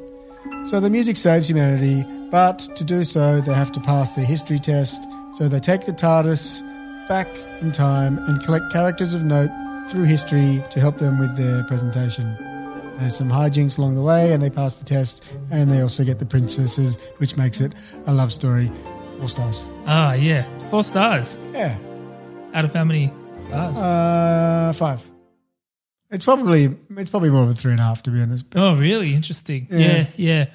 S4: So the music saves humanity, but to do so, they have to pass the history test. So they take the TARDIS back in time and collect characters of note through history to help them with their presentation. There's some hijinks along the way, and they pass the test, and they also get the princesses, which makes it a love story. Four stars.
S3: Ah, yeah. Four stars
S4: Yeah.
S3: out of how many stars?
S4: Uh, five. It's probably it's probably more of a three and a half, to be honest.
S3: Oh, really? Interesting. Yeah, yeah.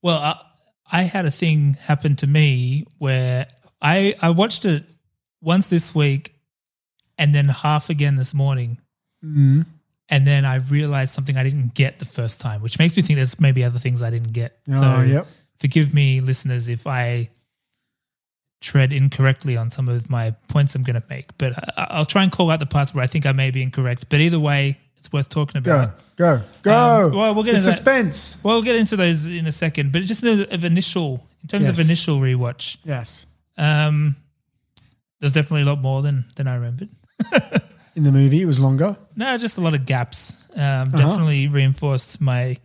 S3: Well, I, I had a thing happen to me where I I watched it once this week, and then half again this morning,
S4: Mm-hmm.
S3: and then I realized something I didn't get the first time, which makes me think there's maybe other things I didn't get.
S4: Oh, yep.
S3: Forgive me, listeners, if I tread incorrectly on some of my points I'm going to make, but I, I'll try and call out the parts where I think I may be incorrect. But either way, it's worth talking about.
S4: Go, go, go.
S3: Um, well, we'll get
S4: the
S3: into that.
S4: suspense.
S3: Well, we'll get into those in a second, but just in- of initial, in terms of
S4: Yes.
S3: initial rewatch,
S4: Yes.
S3: um, there's definitely a lot more than than I remembered.
S4: in the movie. It was longer.
S3: No, just a lot of gaps. Um,
S4: Uh-huh.
S3: Definitely reinforced my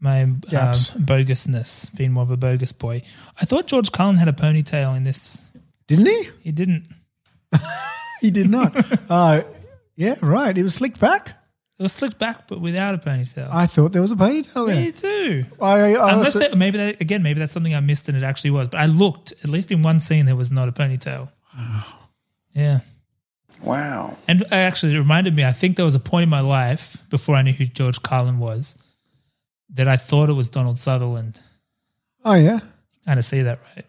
S3: my um,
S4: Gaps.
S3: bogusness, being more of a bogus boy. I thought George Carlin had a ponytail in this.
S4: Didn't he?
S3: He didn't.
S4: He did not. uh, yeah, right. It was slicked back.
S3: It was slicked back, but without a ponytail.
S4: I thought there was a ponytail
S3: Me
S4: there.
S3: too.
S4: I, I
S3: Unless
S4: also,
S3: that, maybe that, again, maybe that's something I missed and it actually was. But I looked, at least in one scene, there was not a ponytail. Wow. Yeah.
S1: Wow.
S3: And it actually, it reminded me. I think there was a point in my life before I knew who George Carlin was that I thought it was Donald Sutherland.
S4: oh yeah,
S3: Kind of see that, right?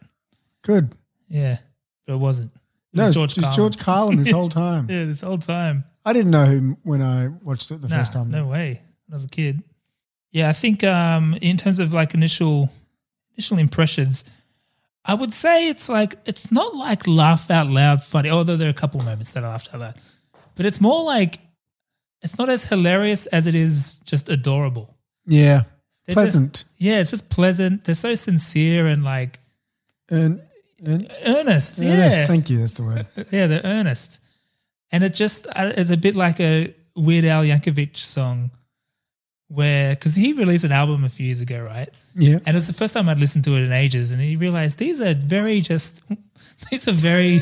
S4: good.
S3: Yeah, but it wasn't. It
S4: No,
S3: was George
S4: just
S3: Carlin.
S4: George Carlin this whole time.
S3: yeah, this whole time.
S4: I didn't know him when I watched it the
S3: Nah,
S4: first time.
S3: no way. When I was a kid. Yeah, I think um, in terms of like initial initial impressions, I would say it's like it's not like laugh out loud funny. Although there are a couple moments that I laughed out loud, but it's more like it's not as hilarious as it is just adorable.
S4: Yeah,
S3: They're just-
S4: pleasant
S3: Yeah, it's just pleasant. They're so sincere and like
S4: and, and
S3: earnest. Uh, Yeah,
S4: earnest. Thank you. That's the word.
S3: yeah, they're earnest, and it just uh, it's a bit like a Weird Al Yankovic song, where because he released an album a few years ago, right?
S4: Yeah,
S3: And it was the first time I'd listened to it in ages, and he realized these are very just these are very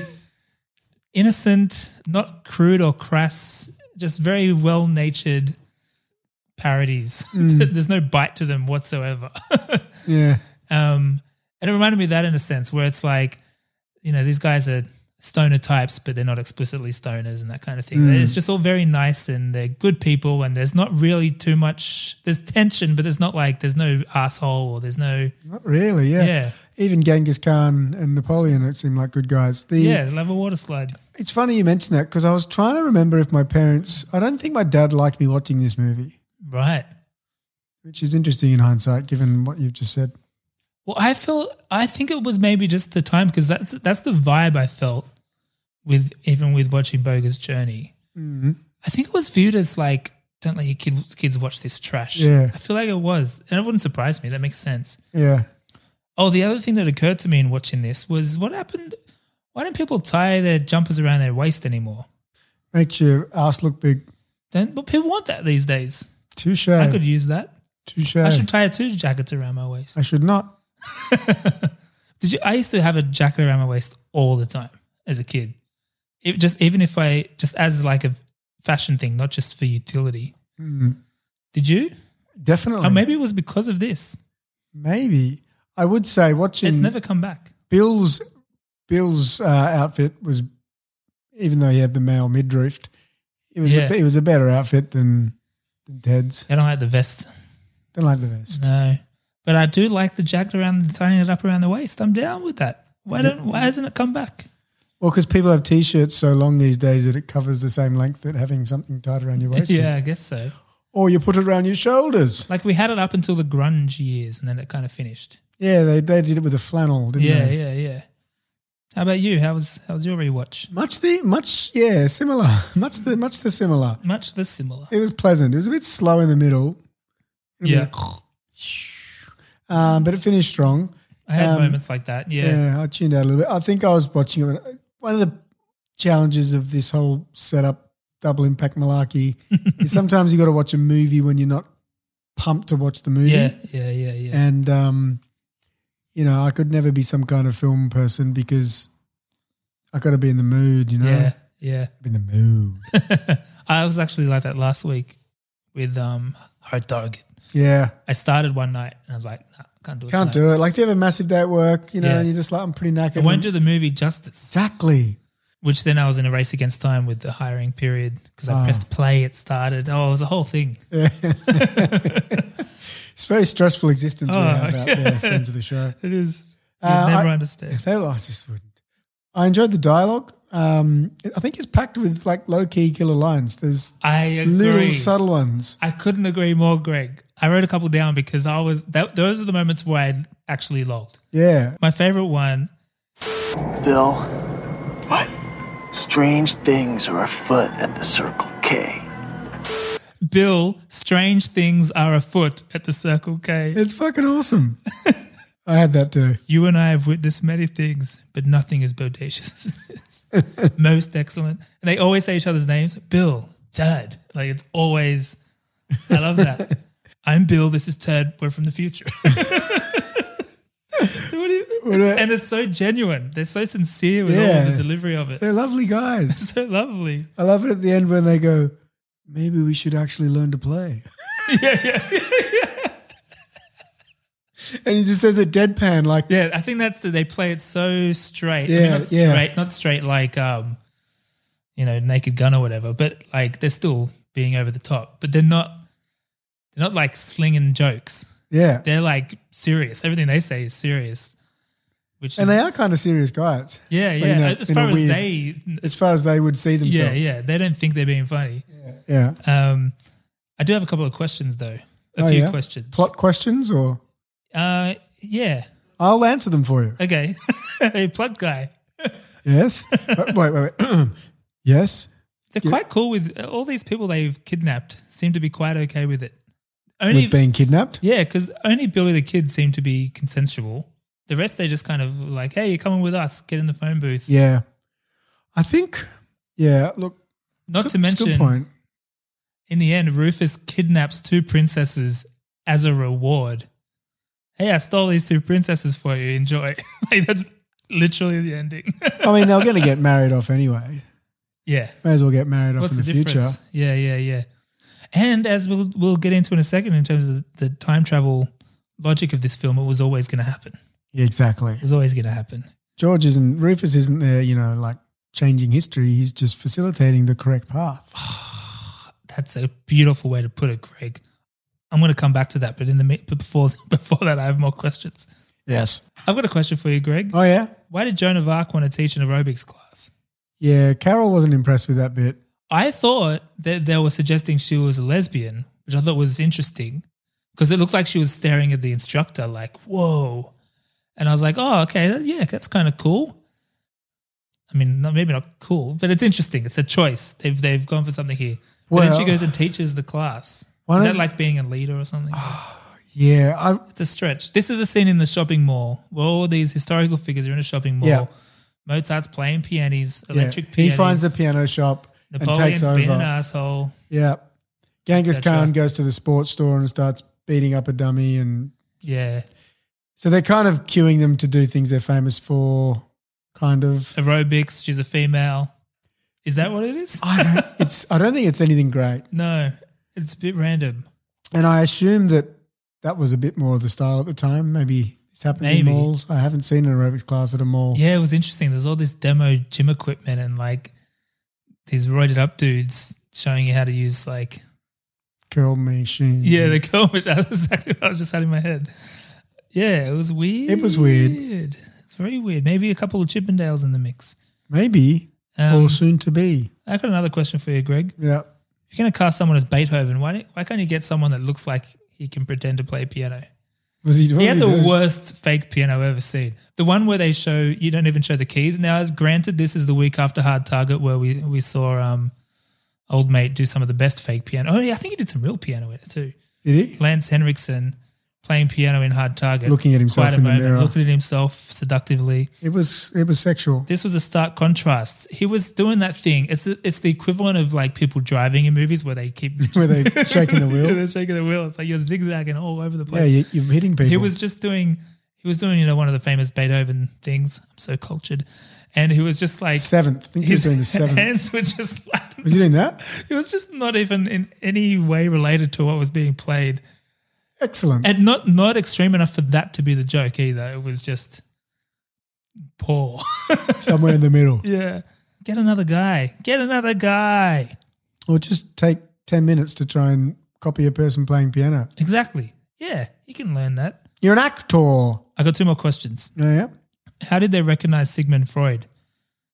S3: innocent, not crude or crass, just very well natured parodies.
S4: Mm.
S3: There's no bite to them whatsoever.
S4: yeah,
S3: Um, and it reminded me of that in a sense where it's like, you know, these guys are stoner types, but they're not explicitly stoners and that kind of thing. It's just all very nice and they're good people and there's not really too much there's tension, but there's not like there's no asshole or there's no
S4: Not really, yeah.
S3: Yeah.
S4: Even Genghis Khan and Napoleon, it seemed like good guys. The,
S3: Yeah, love a water slide.
S4: It's funny you mention that because I was trying to remember if my parents, I don't think my dad liked me watching this movie,
S3: Right.
S4: which is interesting in hindsight, given what you've just said.
S3: Well, I feel I think it was maybe just the time because that's that's the vibe I felt with even with watching Bogus Journey. I think it was viewed as like don't let your kids kids watch this trash.
S4: Yeah.
S3: I feel like it was, and it wouldn't surprise me. That makes sense.
S4: Yeah.
S3: Oh, the other thing that occurred to me in watching this was what happened. Why don't people tie their jumpers around their waist anymore?
S4: Makes your ass look big.
S3: Don't but people want that these days?
S4: Touche.
S3: I could use that.
S4: Touche.
S3: I should tie two jackets around my waist.
S4: I should not.
S3: Did you? I used to have a jacket around my waist all the time as a kid. It just even if I just as like a fashion thing, not just for utility.
S4: Hmm.
S3: Did you?
S4: Definitely.
S3: Or Oh, maybe it was because of this.
S4: Maybe. I would say watching
S3: It's never come back.
S4: Bill's Bill's uh, outfit was, even though he had the male midriff, it was
S3: Yeah.
S4: a, it was a better outfit than, than Ted's.
S3: I don't like the vest.
S4: Don't like the vest.
S3: No, but I do like the jacket around tying it up around the waist. I'm down with that. Why don't? Why hasn't it come back?
S4: Well, because people have t-shirts so long these days that it covers the same length that having something tied around your waist. would.
S3: Yeah, I guess so.
S4: Or you put it around your shoulders.
S3: Like we had it up until the grunge years, and then it kind of finished.
S4: Yeah, they, they did it with a flannel, didn't
S3: Yeah,
S4: they?
S3: yeah, yeah. How about you? How was how was your rewatch?
S4: Much the much yeah, similar. Much the much the similar.
S3: Much the similar.
S4: It was pleasant. It was a bit slow in the middle.
S3: Yeah,
S4: Um, but it finished strong.
S3: I had
S4: Um,
S3: moments like that. Yeah.
S4: Yeah. I tuned out a little bit. I think I was watching it. One of the challenges of this whole setup, double impact malarkey, is sometimes you got to watch a movie when you're not pumped to watch the movie.
S3: yeah, yeah, yeah, yeah.
S4: And um, you know, I could never be some kind of film person because I got to be in the mood. You know,
S3: yeah, yeah.
S4: in the mood.
S3: I was actually like that last week with um Hard Target.
S4: yeah,
S3: I started one night and I was like, nah, can't do it.
S4: can't do it. Like if you have a massive day at work, you know,
S3: Yeah.
S4: and you're just like, I'm pretty knackered.
S3: I won't do the movie justice.
S4: exactly.
S3: Which then I was in a race against time with the hiring period because
S4: Ah.
S3: I pressed play, it started. Oh, it was a whole thing.
S4: It's a very stressful existence
S3: Oh,
S4: we have out there, friends of the show.
S3: It is. You'd
S4: Uh,
S3: never
S4: I-
S3: understand.
S4: They I just wouldn't. I enjoyed the dialogue. Um, I think it's packed with like low key killer lines. There's
S3: I agree.
S4: little subtle ones.
S3: I couldn't agree more, Greg. I wrote a couple down because I was that, those are the moments where I actually lolled.
S4: Yeah,
S3: My favorite one
S2: Bill, what? Strange things are afoot at the Circle K.
S3: Bill, strange things are afoot at the Circle K.
S4: it's fucking awesome. I had that too.
S3: You and I have witnessed many things, but nothing is bodacious as this. Most excellent. And they always say each other's names Bill, Ted. Like it's always, I love that. I'm Bill, this is Ted, we're from the future. what do you,
S4: a-
S3: and it's so genuine. They're so sincere with all
S4: Yeah.
S3: of the delivery of it.
S4: They're lovely guys.
S3: so lovely.
S4: I love it at the end when they go, maybe we should actually learn to play. yeah, yeah. and he just says it deadpan, like,
S3: Yeah, I think that's the they play it so straight. I mean,
S4: Yeah,
S3: not
S4: yeah.
S3: straight, not straight like um, you know, Naked Gun or whatever. But like they're still being over the top, but they're not. They're not like slinging jokes.
S4: yeah.
S3: They're like serious. Everything they say is serious. Which
S4: And
S3: is,
S4: they are kind of serious guys.
S3: yeah,
S4: you
S3: yeah.
S4: know,
S3: as
S4: in a
S3: far as
S4: weird-
S3: they,
S4: As far as they would see
S3: yeah,
S4: themselves.
S3: yeah, they don't think they're being funny.
S4: Yeah.
S3: Um, I do have a couple of questions though. A
S4: Oh,
S3: few
S4: yeah?
S3: questions.
S4: Plot questions, or
S3: Uh, yeah.
S4: I'll answer them for you.
S3: Okay. hey, plot guy.
S4: Yes. wait, wait, wait. wait. yes.
S3: They're quite cool with all these people they've kidnapped. Seem to be quite okay with it. Only
S4: With being kidnapped.
S3: yeah, because only Billy the Kid seemed to be consensual. The rest they just kind of like, hey, you're coming with us. Get in the phone booth.
S4: Yeah. I think, yeah, look,
S3: Not
S4: good-
S3: to
S4: it's a good
S3: mention,
S4: point.
S3: in the end, Rufus kidnaps two princesses as a reward. Hey, I stole these two princesses for you. Enjoy. like, that's literally the ending.
S4: I mean, they're going to get married off anyway.
S3: yeah.
S4: May as well get married off
S3: What's
S4: in
S3: the,
S4: the, future.
S3: difference? Yeah, yeah, yeah. And as we'll we'll get into in a second, in terms of the time travel logic of this film, it was always going to happen.
S4: Yeah, exactly.
S3: It was always going to happen.
S4: George isn't Rufus isn't there, you know, like changing history. He's just facilitating the correct path.
S3: That's a beautiful way to put it, Greg. I'm going to come back to that, but in the me- but before before that, I have more questions.
S4: Yes.
S3: I've got a question for you, Greg.
S4: Oh, yeah?
S3: Why did Joan of Arc want to teach an aerobics class?
S4: Yeah. Carol wasn't impressed with that bit.
S3: I thought that they were suggesting she was a lesbian, which I thought was interesting because it looked like she was staring at the instructor, like, whoa. And I was like, oh, okay, that- yeah, that's kind of cool. I mean, not, maybe not cool, but it's interesting. It's a choice. They've, they've gone for something here. and then
S4: Well-
S3: she goes and teaches the class.
S4: Why
S3: Is
S4: don't Ah.
S3: that
S4: you-
S3: like being a leader or something?
S4: Yeah. I,
S3: It's a stretch. This is a scene in the shopping mall where all these historical figures are in a shopping mall.
S4: Yeah.
S3: Mozart's playing pianis,
S4: yeah.
S3: electric
S4: He
S3: pianis.
S4: finds the piano shop and
S3: Napoleon's
S4: takes over.
S3: been an asshole.
S4: Yeah. Genghis
S3: Et cetera.
S4: Khan goes to the sports store and starts beating up a dummy. And
S3: Yeah.
S4: so they're kind of cueing them to do things they're famous for, kind of.
S3: Aerobics, she's a female. Is that what it is?
S4: I don't, it's, I don't think it's anything great.
S3: No. It's a bit random.
S4: And I assume that that was a bit more of the style at the time. Maybe it's happened
S3: Maybe.
S4: in malls. I haven't seen an aerobics class at a mall.
S3: Yeah, it was interesting. There's all this demo gym equipment and like these roided up dudes showing you how to use like
S4: Curl machine.
S3: Yeah, the comb which that's exactly what I was just had in my head. Yeah, it was weird.
S4: It was weird.
S3: It's very weird. Maybe a couple of Chippendales in the mix.
S4: Maybe.
S3: Um,
S4: or soon to be.
S3: I got another question for you, Greg.
S4: Yeah.
S3: If you're going to cast someone as Beethoven, why, don't- why can't you get someone that looks like he can pretend to play piano?
S4: Was he, what
S3: He
S4: was
S3: had
S4: he
S3: the
S4: doing?
S3: worst fake piano I've ever seen. The one where they show you don't even show the keys. Now, granted, this is the week after Hard Target where we we saw um, old mate do some of the best fake piano. Oh yeah, I think he did some real piano in it too.
S4: Did he?
S3: Lance Henriksen playing piano in Hard Target,
S4: Looking at himself
S3: Quite a
S4: in the
S3: moment,
S4: mirror.
S3: looking at himself seductively.
S4: It was, it was sexual.
S3: This was a stark contrast. He was doing that thing. It's the, it's the equivalent of like people driving in movies where they keep
S4: Were they shaking the
S3: Yeah,
S4: wheel?
S3: they're shaking the wheel. It's like you're zigzagging all over the place.
S4: yeah, you, you're hitting people.
S3: He was just doing he was doing, you know, one of the famous Beethoven things. I'm so cultured. And he was just like
S4: seventh. I think he was
S3: his
S4: doing the seventh.
S3: hands were just like
S4: Was he doing that?
S3: it was just not even in any way related to what was being played.
S4: Excellent.
S3: And not not extreme enough for that to be the joke either. It was just poor.
S4: Somewhere in the middle.
S3: yeah. Get another guy. Get another guy.
S4: Or just take 10 minutes to try and copy a person playing piano.
S3: Exactly. Yeah, you can learn that.
S4: You're an actor. Oh,
S3: I got two more questions.
S4: yeah.
S3: how did they recognize Sigmund Freud?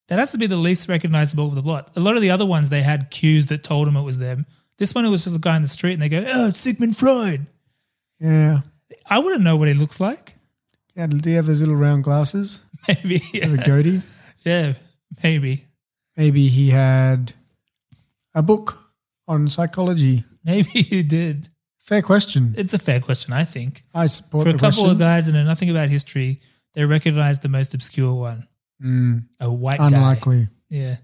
S3: That has to be the least recognizable of the lot. A lot of the other ones, they had cues that told them it was them. This one, it was just a guy in the street and they go, oh, it's Sigmund Freud.
S4: Yeah.
S3: I wouldn't know what he looks like.
S4: Yeah, do you have those little round glasses?
S3: Maybe.
S4: Do you
S3: Yeah,
S4: have a goatee?
S3: yeah maybe.
S4: Maybe he had a book on psychology.
S3: Maybe he did.
S4: Fair question.
S3: It's a fair question, I think.
S4: I support
S3: For a
S4: the
S3: couple
S4: question.
S3: of guys that know nothing about history, they recognize the most obscure one. A white guy.
S4: Mm, Unlikely.
S3: Yeah.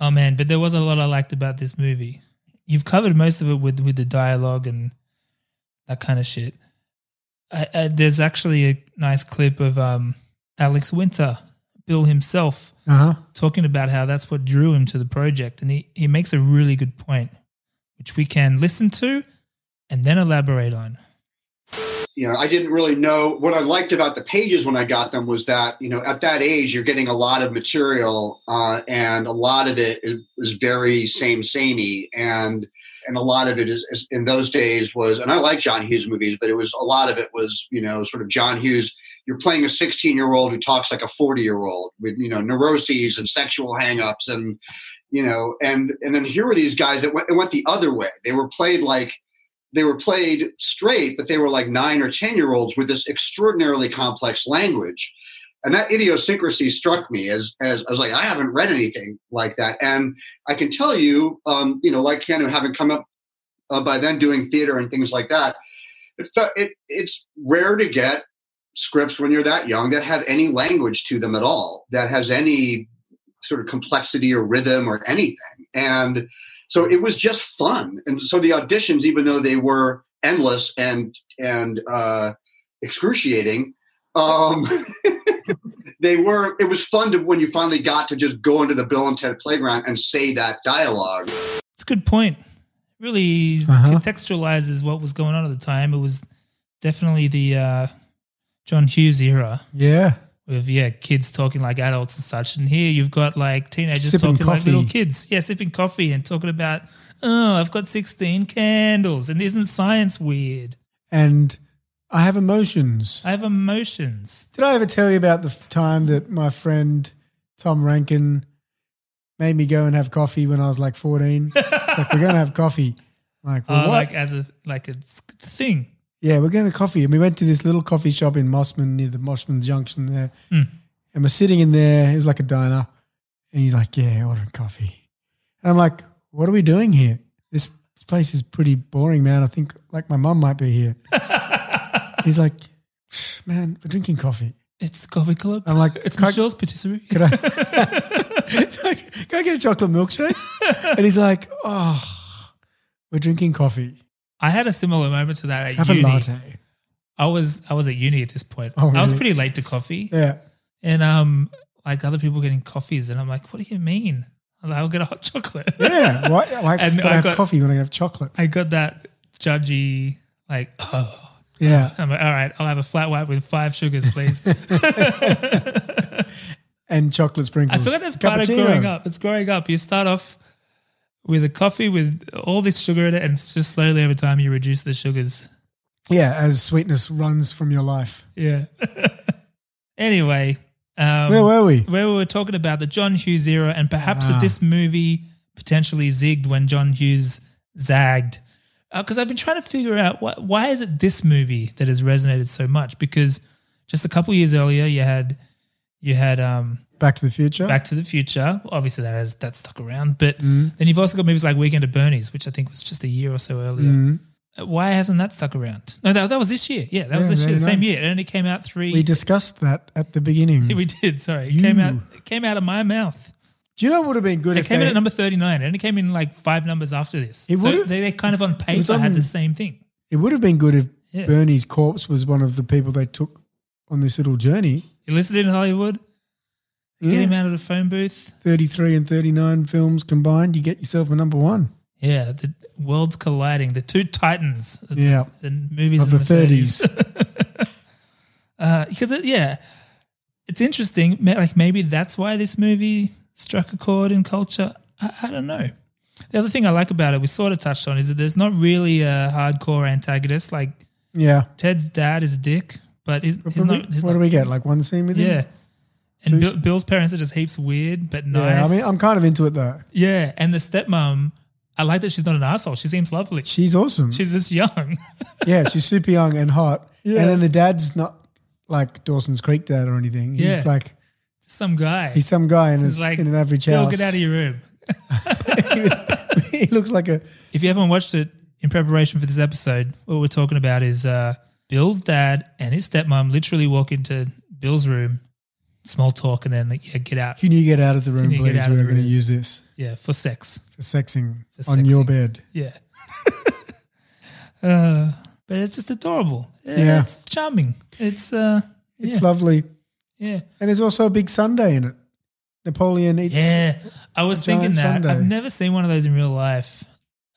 S3: Oh man, but there was a lot I liked about this movie. You've covered most of it with with the dialogue and that kind of shit. I, I, there's actually a nice clip of um, Alex Winter, Bill himself,
S4: Uh huh.
S3: talking about how that's what drew him to the project, and he he makes a really good point, which we can listen to and then elaborate on.
S10: you know, I didn't really know what I liked about the pages when I got them was that, you know, at that age, you're getting a lot of material uh, and a lot of it is, is very same samey. And, and a lot of it is, is in those days was, and I like John Hughes movies, but it was a lot of it was, you know, sort of John Hughes. You're playing a 16 year old who talks like a 40 year old with, you know, neuroses and sexual hangups and, you know, and, and then here were these guys that went, it went the other way. They were played like, they were played straight, but they were like nine or 10 year olds with this extraordinarily complex language. And that idiosyncrasy struck me as, as I was like, I haven't read anything like that. And I can tell you, um, you know, like Ken, who haven't come up uh, by then doing theater and things like that, it, fe- it, it's rare to get scripts when you're that young that have any language to them at all, that has any sort of complexity or rhythm or anything. And so it was just fun and so the auditions even though they were endless and and uh excruciating um they were it was fun to when you finally got to just go into the bill and ted playground and say that dialogue
S3: It's a good point. Really
S4: Uh-huh.
S3: contextualizes what was going on at the time. It was definitely the uh, John Hughes era.
S4: Yeah.
S3: with yeah kids talking like adults and such. And here you've got like teenagers
S4: Sipping
S3: talking like
S4: coffee.
S3: little kids, yeah, sipping coffee and talking about oh, I've got sixteen candles, and isn't science weird?
S4: And I have emotions.
S3: I have emotions.
S4: Did I ever tell you about the f- time that my friend Tom Rankin made me go and have coffee when I was like 14? it's like, we're going to have coffee. I'm like, well,
S3: Uh,
S4: what?
S3: like as a like a s- thing.
S4: yeah, we're going to coffee. And we went to this little coffee shop in Mossman near the Mossman Junction there.
S3: Mm.
S4: And we're sitting in there. It was like a diner. And he's like, yeah, ordering coffee. And I'm like, what are we doing here? This, this place is pretty boring, man. I think like my mum might be here. he's like, man, we're drinking coffee.
S3: It's the coffee club.
S4: I'm like,
S3: it's
S4: "Can I-
S3: Michelle's patisserie.
S4: Can I, it's like, can I get a chocolate milkshake? And he's like, oh, we're drinking coffee.
S3: I had a similar moment to that at
S4: Have
S3: uni.
S4: a latte.
S3: I was I was at uni at this point.
S4: Oh,
S3: I was
S4: really?
S3: pretty late to coffee,
S4: Yeah.
S3: and um, like other people getting coffees, and I'm like, what do you mean? I was like, I'll get a hot chocolate.
S4: Yeah. Why, why
S3: And
S4: would I
S3: I
S4: have
S3: got-
S4: coffee when I have chocolate?
S3: I got that judgy like, oh,
S4: Yeah.
S3: I'm like, all right, I'll have a flat white with five sugars, please.
S4: And chocolate
S3: I
S4: sprinkles.
S3: forgot that's part of
S4: Cappuccino.
S3: growing up. It's growing up. You start off with a coffee with all this sugar in it, and it's just slowly over time you reduce the sugars.
S4: Yeah. As sweetness runs from your life.
S3: Yeah. anyway, um,
S4: Where were we?
S3: where we were talking about the John Hughes era, and perhaps that
S4: Ah.
S3: this movie potentially zigged when John Hughes zagged. Because I've been trying to figure out why, why is it this movie that has resonated so much? Because just a couple years earlier, you had you had um,
S4: Back to the future.
S3: Back to the Future. Obviously, that has that stuck around, but
S4: Mm.
S3: then you've also got movies like Weekend at Bernie's, which I think was just a year or so earlier.
S4: Mm.
S3: Uh, Why hasn't that stuck around? No, that, that was this year. Yeah, that was
S4: Yeah,
S3: this
S4: there
S3: year, the
S4: you
S3: same
S4: go.
S3: year. It only came out three.
S4: we discussed that at the beginning.
S3: we did. Sorry, it came
S4: You.
S3: out. It came out of my mouth.
S4: Do you know what would have been good
S3: It
S4: if
S3: came
S4: they,
S3: in at number 39. It only came in like five numbers after this.
S4: It
S3: so
S4: would've-
S3: they, they're kind of on
S4: was
S3: paper had
S4: on-
S3: the same thing.
S4: It would have been good if
S3: Yeah.
S4: Bernie's corpse was one of the people they took on this little journey.
S3: Elicited in Hollywood, get
S4: Yeah.
S3: him out of the phone booth.
S4: 33 and 39 films combined, you get yourself a number one
S3: Yeah, the worlds colliding. The two titans. of the-
S4: Yeah.
S3: The, movies
S4: of
S3: in
S4: the 30s.
S3: Uh, because, it, yeah, it's interesting. Ma- Like maybe that's why this movie struck a chord in culture. I, I don't know. The other thing I like about it, we sort of touched on, is that there's not really a hardcore antagonist. Like
S4: yeah.
S3: Ted's dad is a dick, but he's, he's
S4: Probably-
S3: not. He's
S4: what
S3: not
S4: do we get? Like one scene with him?
S3: yeah. And
S4: Two-
S3: Bill, Bill's parents are just heaps weird, but nice.
S4: Yeah, I mean, I'm kind of into it though.
S3: yeah. And the stepmom, I like that she's not an asshole. She seems lovely.
S4: She's awesome.
S3: she's just young.
S4: yeah, she's super young and hot.
S3: Yeah.
S4: And then the dad's not like Dawson's Creek dad or anything. He's
S3: Yeah.
S4: like,
S3: Some guy.
S4: he's some guy in, his, in an average
S3: Bill,
S4: house.
S3: get out of your room.
S4: he looks like a,
S3: If you haven't watched it in preparation for this episode, what we're talking about is uh, Bill's dad and his stepmom literally walk into Bill's room, small talk, and then like, yeah, get out.
S4: can you get out of the room,
S3: you get
S4: please?
S3: out of
S4: We're
S3: the
S4: going to
S3: room?"
S4: use this
S3: Yeah, for sex.
S4: for sexing
S3: For
S4: on your
S3: sexing.
S4: bed.
S3: Yeah. uh, but it's just adorable.
S4: Yeah.
S3: Yeah. It's charming. It's uh
S4: It's
S3: yeah,
S4: lovely.
S3: yeah.
S4: And there's also a big Sunday in it. Napoleon eats.
S3: Yeah. I was
S4: giant
S3: thinking that. I've
S4: sundae.
S3: never seen one of those in real life.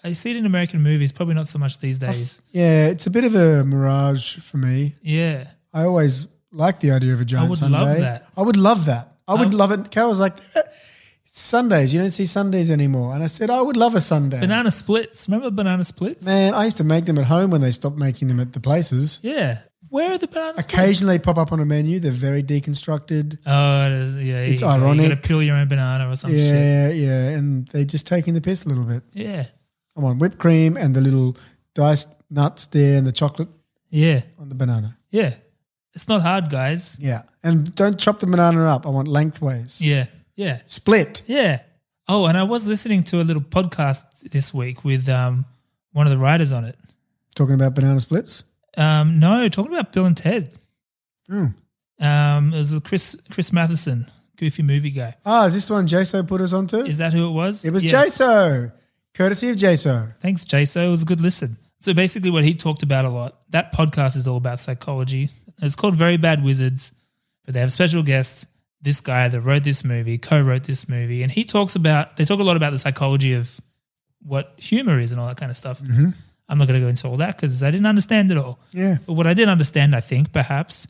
S3: I see it in American movies, probably not so much these
S4: Oh.
S3: days.
S4: Yeah, it's a bit of a mirage for me.
S3: Yeah.
S4: I always like the idea of a giant
S3: would
S4: Sunday.
S3: love that.
S4: I would love that. I would
S3: I-
S4: love it. Carol's like, "Eh, Sundays, you don't see Sundays anymore. And I said, I would love a Sunday.
S3: Banana splits. Remember banana splits?
S4: Man, I used to make them at home when they stopped making them at the places.
S3: Yeah. Where are the banana splits?
S4: Occasionally they pop up on a menu. They're very deconstructed.
S3: Oh, it is, yeah.
S4: It's
S3: you gotta- You got
S4: ironic.
S3: to peel your own banana or some Oh, shit.
S4: yeah, yeah. And they're just taking the piss a little bit.
S3: Yeah.
S4: I want whipped cream and the little diced nuts there and the chocolate
S3: Yeah.
S4: on the banana.
S3: Yeah. It's not hard, guys.
S4: Yeah. And don't chop the banana up. I want lengthways.
S3: Yeah. Yeah.
S4: Split.
S3: Yeah. Oh, and I was listening to a little podcast this week with um, one of the writers on it.
S4: Talking about banana splits.
S3: Um, no, talking about Bill and Ted.
S4: Mm.
S3: Um, it was Chris Chris Matheson, goofy movie guy.
S4: Ah, is this the one JSO put us onto?
S3: Is that who it was?
S4: it was
S3: Yes.
S4: JSO, courtesy of JSO.
S3: Thanks, JSO. It was a good listen. So basically, what he talked about a lot. That podcast is all about psychology. It's called Very Bad Wizards, but they have a special guest. This guy that wrote this movie, co-wrote this movie, and he talks about. They talk a lot about the psychology of what humor is and all that kind of stuff. I'm not going to go into all that because I didn't understand it all.
S4: Mm-hmm. Yeah.
S3: But what I did understand, I think, perhaps,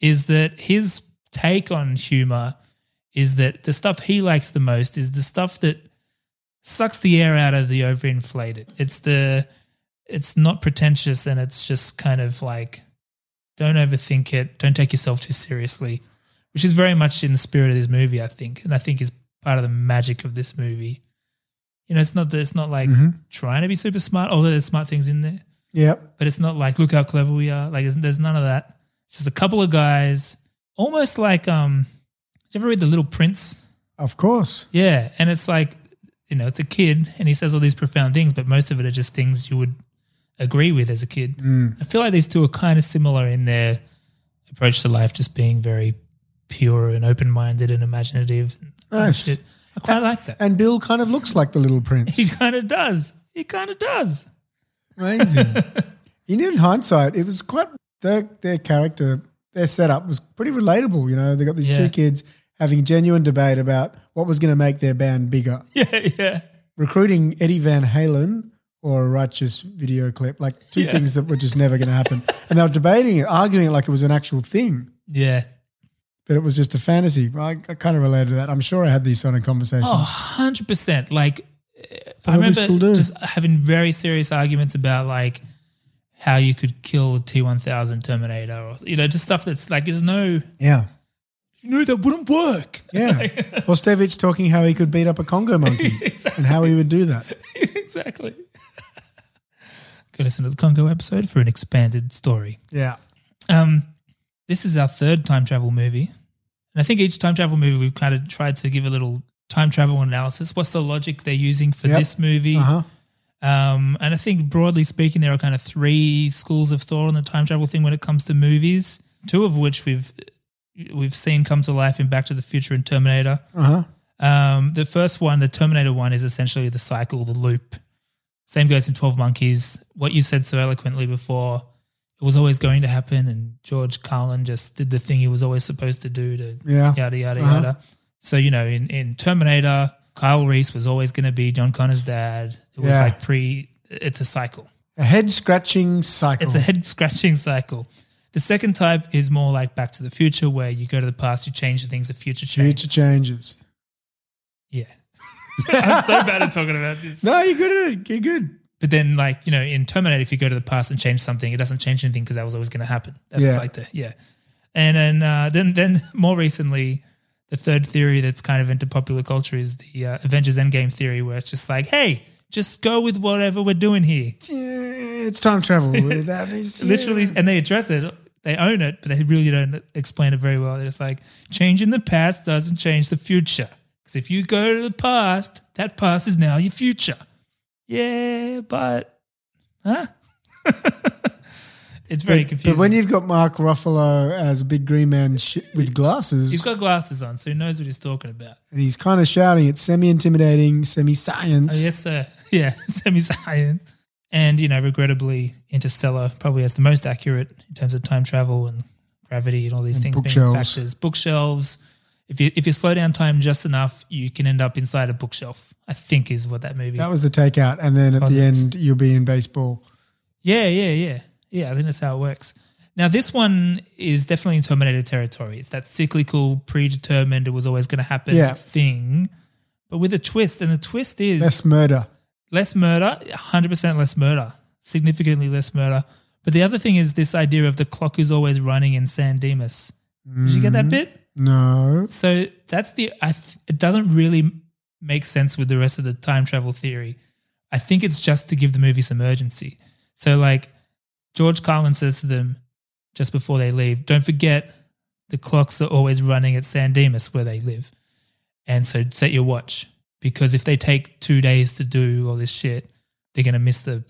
S3: is that his take on humor is that the stuff he likes the most is the stuff that sucks the air out of the overinflated. It's the it's not pretentious and it's just kind of like don't overthink it, don't take yourself too seriously, which is very much in the spirit of this movie, I think, and I think is part of the magic of this movie. You know, it's not that it's not like trying to be super smart, although there's smart things in there
S4: Yep.
S3: but it's not like look how clever we are. Like there's- there's none of that. It's just a couple of guys, almost like um. Did you ever read The Little Prince?
S4: Of course.
S3: Yeah, and it's like you know, it's a kid, and he says all these profound things, but most of it are just things you would agree with as a kid. I feel like these two are kind of similar in their approach to life, just being very pure and open-minded and imaginative.
S4: Nice.
S3: Shit. I quite like that.
S4: And Bill kind of looks like the little
S3: He
S4: prince.
S3: kind of does. He kind of does.
S4: Amazing. you know, in hindsight, it was quite their their character, their setup was pretty relatable. You know, they got these
S3: Yeah.
S4: two kids having genuine debate about what was going to make their band bigger.
S3: Yeah, yeah.
S4: Recruiting Eddie Van Halen or a righteous video clip, like two
S3: Yeah.
S4: things that were just never going to happen. and they were debating it, arguing it like it was an actual thing.
S3: Yeah.
S4: But it was just a fantasy. I, I kind of related to that. I'm sure I had these sort of conversations.
S3: Oh, 100%. Like, uh, I
S4: Probably
S3: remember
S4: still do.
S3: just having very serious arguments about, like, how you could kill a T 1000 Terminator or, you know, just stuff that's like, there's no,
S4: Yeah.
S3: no, that wouldn't work.
S4: Yeah. Hostevich talking how he could beat up a Congo monkey and how he would do that.
S3: exactly. Go listen to the Congo episode for an expanded story.
S4: Yeah.
S3: Um, this is our third time travel movie. And I think each time travel movie, we've kind of tried to give a little time travel analysis. What's the logic they're using for
S4: Yep.
S3: this movie?
S4: Uh huh.
S3: Um, and I think broadly speaking, there are kind of three schools of thought on the time travel thing when it comes to movies. Two of which we've we've seen come to life in Back to the Future and Terminator.
S4: Uh huh.
S3: Um, the first one, the Terminator one, is essentially the cycle, the loop. Same goes in Twelve Monkeys. What you said so eloquently before, it was always going to happen, and George Carlin just did the thing he was always supposed to do to
S4: Yeah.
S3: yada yada
S4: Uh-huh.
S3: yada. So you know, in in Terminator, Kyle Reese was always going to be John Connor's dad. It was
S4: Yeah.
S3: like pre. It's a cycle.
S4: A head scratching cycle.
S3: It's a head scratching cycle. The second type is more like Back to the Future, where you go to the past, you change the things, the future changes.
S4: Future changes.
S3: Yeah. I'm so bad at talking about this.
S4: No, you're good at it. You're good.
S3: But then, like, you know, in Terminator, if you go to the past and change something, it doesn't change anything because that was always going to happen. That's
S4: Yeah.
S3: like the, yeah. And then, uh, then, then more recently, the third theory that's kind of into popular culture is the uh, Avengers Endgame theory, where it's just like, hey, just go with whatever we're doing here.
S4: Yeah, It's time travel. that is yeah.
S3: Literally, and they address it, they own it, but they really don't explain it very well. They're just like, changing the past doesn't change the future. Because if you go to the past, that past is now your future. Yeah, but, huh? it's very
S4: But-
S3: confusing.
S4: But when you've got Mark Ruffalo as a big green man sh- with glasses,
S3: He's got glasses on, so he knows what he's talking about.
S4: and he's kind of shouting, it's semi intimidating, semi science.
S3: Oh, yes, sir. Yeah, semi science. And, you know, regrettably, Interstellar probably has the most accurate in terms of time travel and gravity and all these
S4: And
S3: things being
S4: bookshelves.
S3: factors. Bookshelves. If you, if you slow down time just enough, you can end up inside a bookshelf, I think is what that movie
S4: That was the takeout. And then at
S3: Posits.
S4: the end, you'll be in baseball.
S3: Yeah, yeah, yeah. Yeah, I think that's how it works. Now, this one is definitely in Terminator territory. It's that cyclical, predetermined, it was always going to happen
S4: Yeah.
S3: thing, but with a twist. And the twist is
S4: Less murder.
S3: less murder, 100% less murder, significantly less murder. But the other thing is this idea of the clock is always running in San Dimas. Did you get that bit?
S4: No.
S3: So that's the, I th- it doesn't really make sense with the rest of the time travel theory. I think it's just to give the movie some urgency. So, like, George Carlin says to them just before they leave, don't forget the clocks are always running at San Dimas where they live. And so set your watch because if they take two days to do all this shit, they're going to miss the,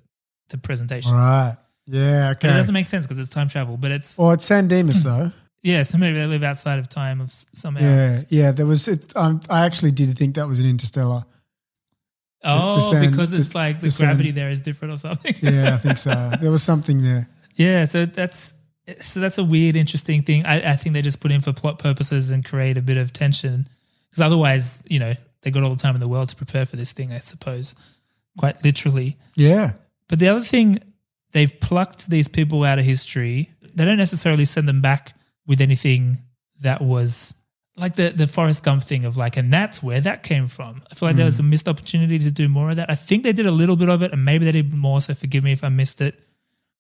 S3: the presentation.
S4: Right. Yeah.
S3: But it
S4: Okay.
S3: doesn't make sense because it's time travel, but it's,
S4: Or it's San Dimas, though.
S3: yeah, so maybe they live outside of time of s- somehow.
S4: Yeah, yeah. There was. It, um, I actually did think that was an Interstellar.
S3: Oh,
S4: sand-
S3: because
S4: the-
S3: it's like the,
S4: the sand.
S3: gravity there is different or something.
S4: Yeah, I think so. there was something there.
S3: Yeah, so that's so that's a weird, interesting thing. I, I think they just put in for plot purposes and create a bit of tension because otherwise, you know, they got all the time in the world to prepare for this thing, I suppose, quite literally.
S4: Yeah,
S3: But the other thing, they've plucked these people out of history. They don't necessarily send them back with anything that was like the the Forrest Gump thing of like, and that's where that came from. I feel like there was a missed opportunity to do more of that. I think they did a little bit of it, and maybe they did more. So forgive me if I missed it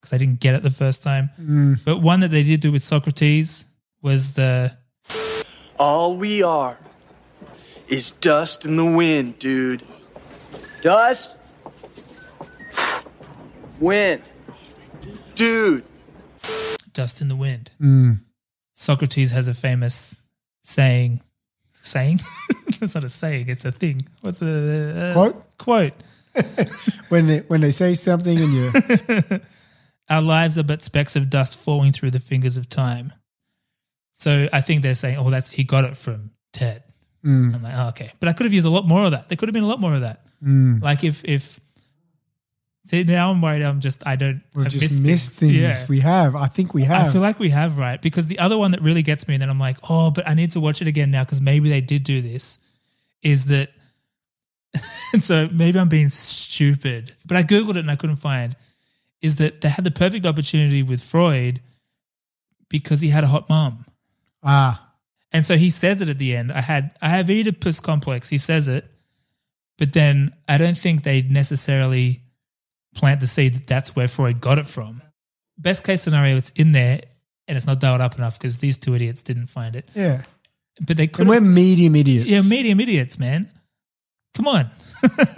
S3: because I didn't get it the first time. But one that they did do with Socrates was the
S11: All we are is dust in the wind, dude. Dust? Wind. Dude.
S3: dust in the wind.
S4: Mm.
S3: Socrates has a famous saying. Saying? That's not a saying. It's a thing. What's a uh,
S4: Quote?
S3: Quote.
S4: when they when they say something and you
S3: Our lives are but specks of dust falling through the fingers of time. So I think they're saying, "Oh, that's he got it from Ted." I'm like, oh, "Okay," but I could have used a lot more of that. There could have been a lot more of that.
S4: Mm.
S3: Like if if see now I'm worried. I'm just I don't.
S4: we've
S3: I
S4: just missed, things.
S3: Yeah.
S4: We have. I think we have.
S3: I feel like we have, right? Because the other one that really gets me, and then I'm like, oh, but I need to watch it again now because maybe they did do this, is that. and so maybe I'm being stupid, but I Googled it and I couldn't find. Is that they had the perfect opportunity with Freud because he had a hot mom.
S4: ah,
S3: And so he says it at the end. I had I have Oedipus complex. He says it, but then I don't think they necessarily plant the seed that that's where Freud got it from. Best case scenario, it's in there and it's not dialed up enough because these two idiots didn't find it.
S4: yeah.
S3: But they could
S4: And we're medium idiots.
S3: yeah, medium idiots, man. Come on.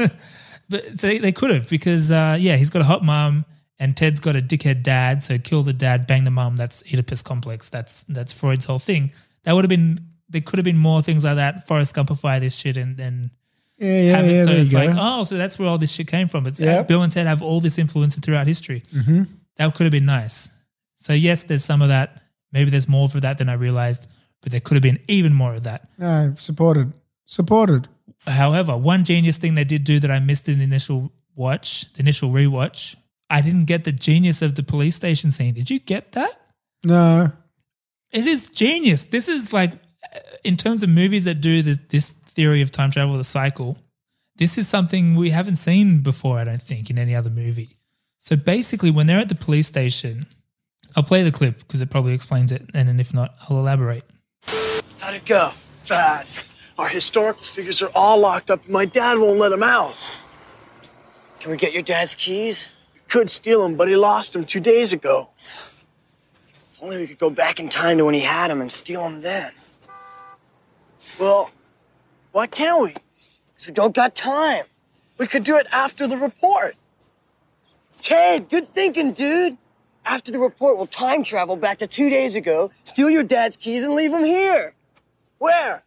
S3: but so they, they could have because uh, yeah, he's got a hot mom and Ted's got a dickhead dad. So kill the dad, bang the mom. That's Oedipus complex. That's that's Freud's whole thing. That would have been there could have been more things like that. Forrest Gumpify this shit and and
S4: yeah, yeah,
S3: have it
S4: yeah.
S3: so
S4: there
S3: it's
S4: you go.
S3: like oh, so that's where all this shit came from. It's uh,
S4: Yep. Mm-hmm.
S3: Bill and Ted have all this influence throughout history. That could have been nice. So yes, there's some of that. Maybe there's more for that than I realized, but there could have been even more of that.
S4: No, supported, supported.
S3: However, one genius thing they did do that I missed in the initial watch, the initial rewatch, I didn't get the genius of the police station scene. Did you get that?
S4: No,
S3: It is genius. This is like, uh, in terms of movies that do this, this theory of time travel, the cycle, this is something we haven't seen before, I don't think, in any other movie. So basically, when they're at the police station, I'll play the clip because it probably explains it. And then if not, I'll elaborate.
S11: How'd it go? Bad. Our historical figures are all locked up. My dad won't let them out. Can we get your dad's keys? We could steal them, but he lost them two days ago. If only we could go back in time to when he had them and steal them then. Well, why can't we? Because we don't got time. We could do it after the report.
S12: Ted, good thinking, dude. After the report, we'll time travel back to two days ago, steal your dad's keys, and leave them here.
S11: Where?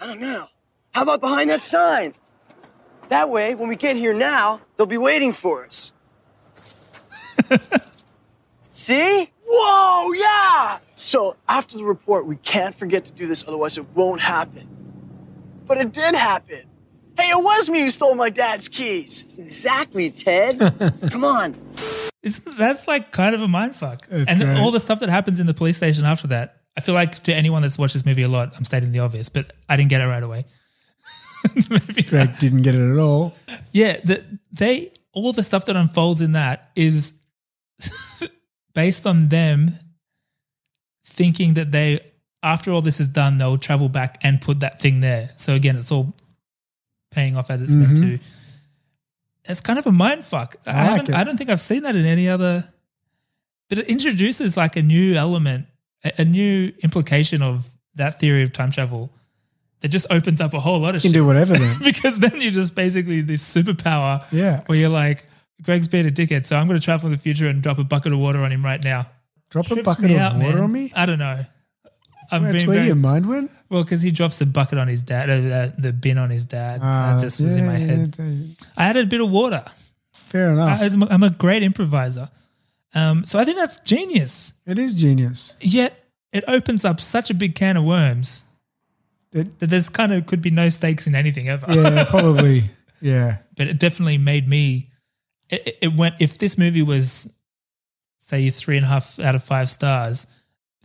S12: I don't know. How about behind that sign? That way, when we get here now, they'll be waiting for us.
S11: See? Whoa, yeah! So after the report, we can't forget to do this, otherwise it won't happen. But it did happen. Hey, it was me who stole my dad's keys. Exactly, Ted. Come on.
S3: Isn't, that's like kind of a mind fuck.
S11: It's
S3: and
S11: great.
S3: all the stuff that happens in the police station after that, I feel like to anyone that's watched this movie a lot, I'm stating the obvious, but I didn't get it right away.
S4: Greg didn't get it at all.
S3: Yeah, the, they all the stuff that unfolds in that is based on them thinking that they, after all this is done, they'll travel back and put that thing there. So again, it's all paying off as it's
S4: Mhm.
S3: meant to. It's kind of a mind fuck. I,
S4: I like
S3: haven't,
S4: it.
S3: I don't think I've seen that in any other. But it introduces like a new element, a, a new implication of that theory of time travel. That just opens up a whole lot of
S4: You can
S3: shit.
S4: do whatever then.
S3: because then you're just basically this superpower.
S4: Yeah.
S3: Where you're like, Greg's been a dickhead, so I'm going to travel in the future and drop a bucket of water on him right now.
S4: Drop a
S3: Trips
S4: bucket
S3: me
S4: of
S3: out,
S4: water
S3: man.
S4: on me.
S3: I don't know. I'm
S4: That's
S3: being
S4: where
S3: very-
S4: your mind went.
S3: well because he drops a bucket on his dad, uh, the, the bin on his dad.
S4: Ah,
S3: that just was in my
S4: yeah, Ah.
S3: head. I added a bit of water.
S4: Fair enough.
S3: I, I'm a- I'm a great improviser. Um, so I think that's genius.
S4: it is genius.
S3: Yet it opens up such a big can of worms that there's kind of could be no stakes in anything ever.
S4: Yeah, probably. Yeah.
S3: but it definitely made me. It, it- it went. If this movie was, say, three and a half out of five stars,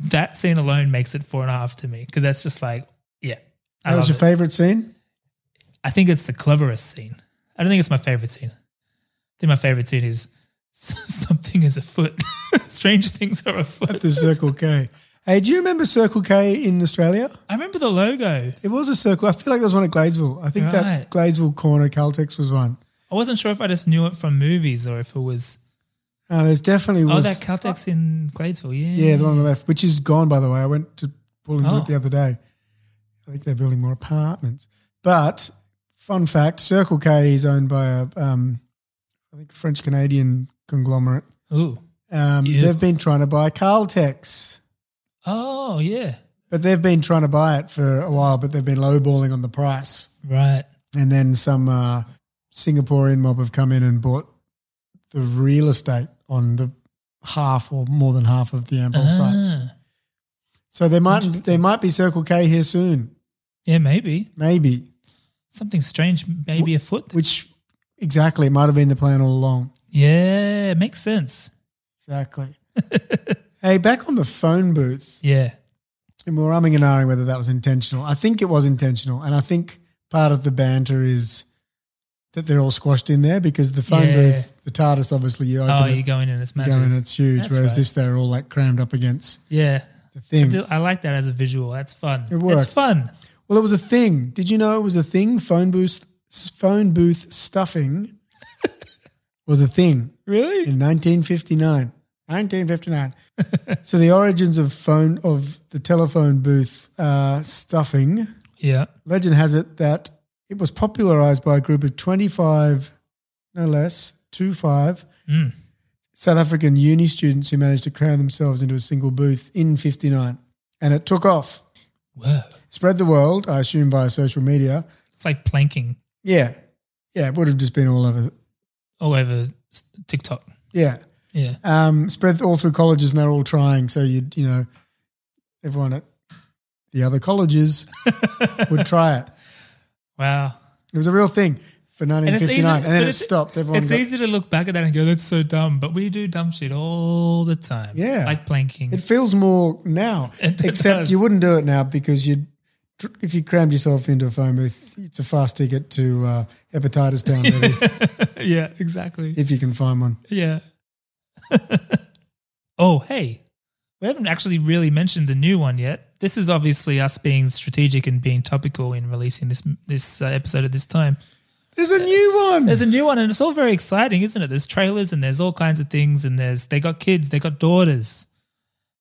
S3: that scene alone makes it four and a half to me because that's just like, yeah. I
S4: That was
S3: love
S4: your
S3: it.
S4: favorite scene.
S3: I think it's the cleverest scene. I don't think it's my favorite scene. I think my favorite scene is something is afoot. Strange things are afoot.
S4: At the Circle K. Hey, do you remember Circle K in Australia?
S3: I remember the logo.
S4: It was a circle. I feel like there was one at Gladesville. I think
S3: Right.
S4: that Gladesville corner Caltex was one.
S3: I wasn't sure if I just knew it from movies or if it was.
S4: Uh, there's definitely
S3: Oh,
S4: was.
S3: that Caltex in Gladesville. Yeah.
S4: yeah, the one on the left, which is gone, by the way. I went to pull into
S3: Oh.
S4: it the other day. I think they're building more apartments. But fun fact Circle K is owned by a, um, I think, French Canadian conglomerate.
S3: Ooh.
S4: Um,
S3: Ew.
S4: They've been trying to buy Caltex.
S3: Oh, yeah.
S4: But they've been trying to buy it for a while, but they've been lowballing on the price.
S3: Right.
S4: And then some uh, Singaporean mob have come in and bought the real estate on the half or more than half of the
S3: Ah.
S4: Ampol sites. So there might there might be Circle K here soon.
S3: Yeah, maybe.
S4: Maybe.
S3: Something strange, maybe afoot.
S4: Which, exactly, it might have been the plan all along.
S3: Yeah, it makes sense.
S4: Exactly. hey, back on the phone booth.
S3: Yeah.
S4: And we we're umming and ahhing whether that was intentional. I think it was intentional. And I think part of the banter is that they're all squashed in there because the phone
S3: Yeah.
S4: booth, the TARDIS, obviously, you open
S3: Oh,
S4: it,
S3: you go in and it's
S4: you go
S3: massive.
S4: in, it's huge.
S3: That's
S4: whereas
S3: right.
S4: this, they're all like crammed up against.
S3: Yeah.
S4: The thing.
S3: I, do- I like that as a visual. That's fun.
S4: It worked.
S3: It's fun.
S4: Well, it was a thing. Did you know it was a thing? Phone booth, phone booth stuffing was a thing.
S3: Really?
S4: In 1959. 1959. so the origins of phone of the telephone booth uh, stuffing.
S3: Yeah.
S4: Legend has it that it was popularized by a group of 25, no less, two five
S3: Mm.
S4: South African uni students who managed to cram themselves into a single booth in 59. And it took off.
S3: Whoa.
S4: Spread the world, I assume, via social media.
S3: It's like planking
S4: Yeah. Yeah. It would have just been all over.
S3: all over s- TikTok.
S4: Yeah.
S3: Yeah.
S4: Um, spread all through colleges and they're all trying. So you'd, you know, everyone at the other colleges would try it.
S3: Wow.
S4: It was a real thing for 1959. And,
S3: but
S4: then it
S3: it's-
S4: stopped. Everyone
S3: it's
S4: got-
S3: easy to look back at that and go, that's so dumb. But we do dumb shit all the time.
S4: Yeah.
S3: Like planking.
S4: It feels more now,
S3: It
S4: except
S3: does.
S4: you wouldn't do it now because you'd tr- if you crammed yourself into a phone booth, it's a fast ticket to uh, hepatitis town maybe,
S3: yeah, exactly.
S4: if you can find one.
S3: Yeah. oh, hey, we haven't actually really mentioned the new one yet. This is obviously us being strategic and being topical in releasing this this uh, episode at this time.
S4: There's a new one.
S3: There's a new one, and it's all very exciting, isn't it? There's trailers, and there's all kinds of things, and there's they got kids, they got daughters.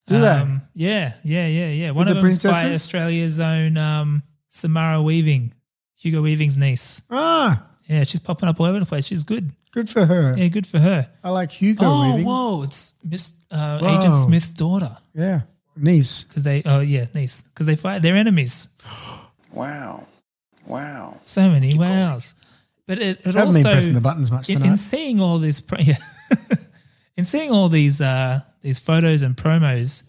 S3: Um,
S4: Do they?
S3: Yeah, yeah, yeah, yeah. One
S4: With
S3: of
S4: the
S3: them's by
S4: princesses?
S3: Australia's own um, Samara Weaving, Hugo Weaving's niece.
S4: Ah,
S3: Yeah, she's popping up all over the place. She's good.
S4: good for her.
S3: Yeah, good for her.
S4: I like Hugo
S3: oh,
S4: Weaving.
S3: whoa! It's Miss uh,
S4: Whoa.
S3: Agent Smith's daughter
S4: Yeah, niece.
S3: because they. Oh yeah, niece because they fight their enemies.
S1: Wow. Wow.
S3: So many wows. But it, it
S4: Haven't
S3: also
S4: been pressing the buttons much
S3: in,
S4: tonight.
S3: in seeing all these, pro- yeah, in seeing all these uh, these photos and promos,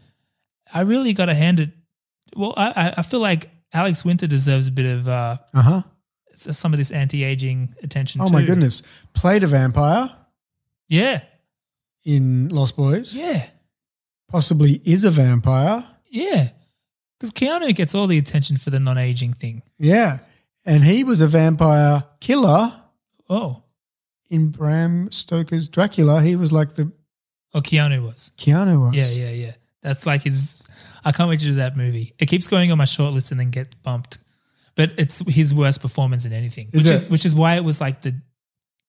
S3: I really got to hand it. Well, I, I- I feel like Alex Winter deserves a bit of uh,
S4: Uh huh.
S3: s- some of this anti aging attention.
S4: Oh my
S3: too.
S4: goodness, played a vampire
S3: Yeah,
S4: in Lost Boys.
S3: yeah,
S4: Possibly is a vampire.
S3: yeah. Because Keanu gets all the attention for the non aging thing.
S4: Yeah, and he was a vampire killer
S3: Oh,
S4: in Bram Stoker's Dracula. He was like the
S3: oh, Keanu was.
S4: Keanu was.
S3: Yeah, yeah, yeah. That's like his. I can't wait to do that movie. It keeps going on my short list and then get bumped, but it's his worst performance in anything,
S4: Is
S3: which
S4: it?
S3: is which is why it was like the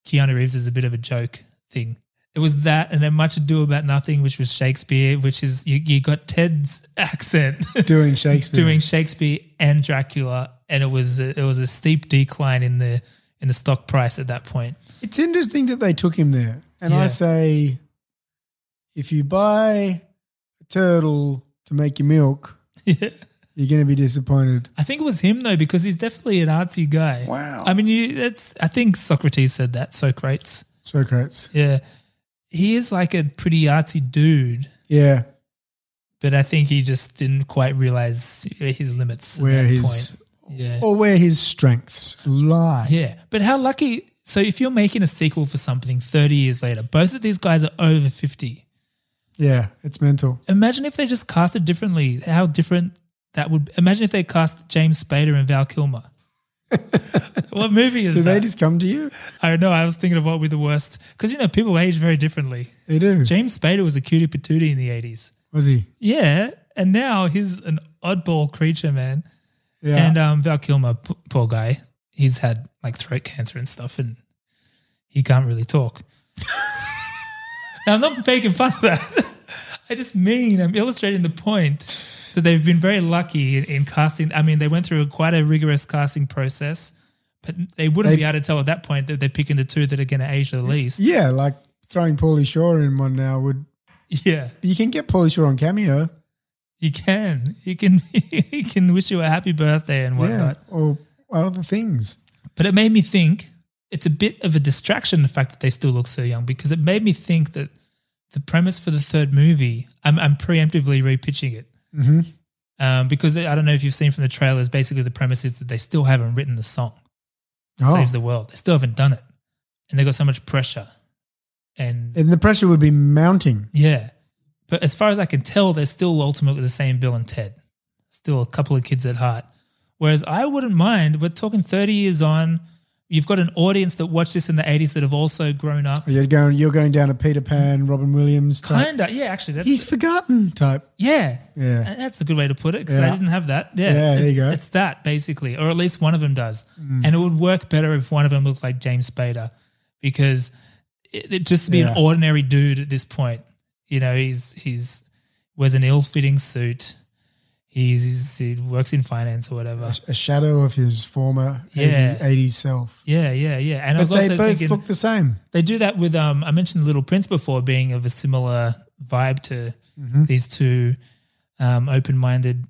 S3: Keanu Reeves is a bit of a joke thing. It was that, and then Much Ado About Nothing, which was Shakespeare, which is you, you got Ted's accent
S4: Doing Shakespeare.
S3: doing Shakespeare and Dracula, and it was a, it was a steep decline in the in the stock price at that point.
S4: It's interesting that they took him there. And
S3: Yeah.
S4: I say, if you buy a turtle to make your milk,
S3: Yeah.
S4: you're going to be disappointed.
S3: I think it was him though, because he's definitely an artsy guy.
S1: Wow.
S3: I mean, you, that's. I think Socrates said that. Socrates.
S4: Socrates.
S3: Yeah, he is like a pretty artsy dude,
S4: Yeah.
S3: but I think he just didn't quite realize his limits. at
S4: Where
S3: that
S4: his
S3: point. yeah,
S4: or where his strengths lie.
S3: yeah. But how lucky! So if you're making a sequel for something 30 years later, both of these guys are over 50.
S4: Yeah, it's mental.
S3: Imagine if they just cast it differently. How different that would. Imagine if they cast James Spader and Val Kilmer. what movie is
S4: Do
S3: that?
S4: they just come to you?
S3: I know. I was thinking of what would be the worst because you know people age very differently.
S4: They do.
S3: James Spader was a cutie patootie in the eighties.
S4: Was he?
S3: Yeah, And now he's an oddball creature, man.
S4: Yeah.
S3: And um, Val Kilmer, p- poor guy, he's had like throat cancer and stuff, and he can't really talk. now, I'm not making fun of that. I just mean I'm illustrating the point that they've been very lucky in, in casting. I mean, they went through quite a rigorous casting process, but they wouldn't
S4: They-
S3: be able to tell at that point that they're picking the two that are going to age the least.
S4: Yeah, like throwing Paulie Shaw in one now would.
S3: Yeah.
S4: You can get Paulie Shaw on cameo.
S3: You can. You can you can wish you a happy birthday and
S4: Yeah,
S3: whatnot.
S4: or other things.
S3: But it made me think it's a bit of a distraction the fact that they still look so young because it made me think that the premise for the third movie, I'm, I'm preemptively repitching it.
S4: Mm-hmm.
S3: Um, because I don't know if you've seen from the trailers, basically the premise is that they still haven't written the song that
S4: Oh.
S3: Saves the World. They still haven't done it. And they've got so much pressure. And
S4: And the pressure would be mounting.
S3: Yeah. But as far as I can tell, they're still ultimately the same Bill and Ted. Still a couple of kids at heart. Whereas I wouldn't mind, we're talking 30 years on. You've got an audience that watched this in the 80s that have also grown up.
S4: You're going. You're going down a Peter Pan, Robin Williams type.
S3: Kinda. Yeah, actually. That's,
S4: He's forgotten type.
S3: yeah.
S4: Yeah.
S3: And That's a good way to put it because I
S4: Yeah.
S3: didn't have that. Yeah.
S4: Yeah, there
S3: it's,
S4: you go.
S3: It's that basically, or at least one of them does.
S4: Mm.
S3: And it would work better if one of them looked like James Spader because it, it just be
S4: Yeah.
S3: an ordinary dude at this point. You know, he's, he's, wears an ill fitting suit. He's, he's, he works in finance or whatever.
S4: A shadow of his former
S3: Yeah.
S4: 80, 80s self.
S3: Yeah, yeah, yeah. And I
S4: but
S3: was
S4: they
S3: also
S4: both
S3: thinking
S4: look the same.
S3: they do that with um I mentioned Little Prince before being of a similar vibe to
S4: Mhm.
S3: these two um open-minded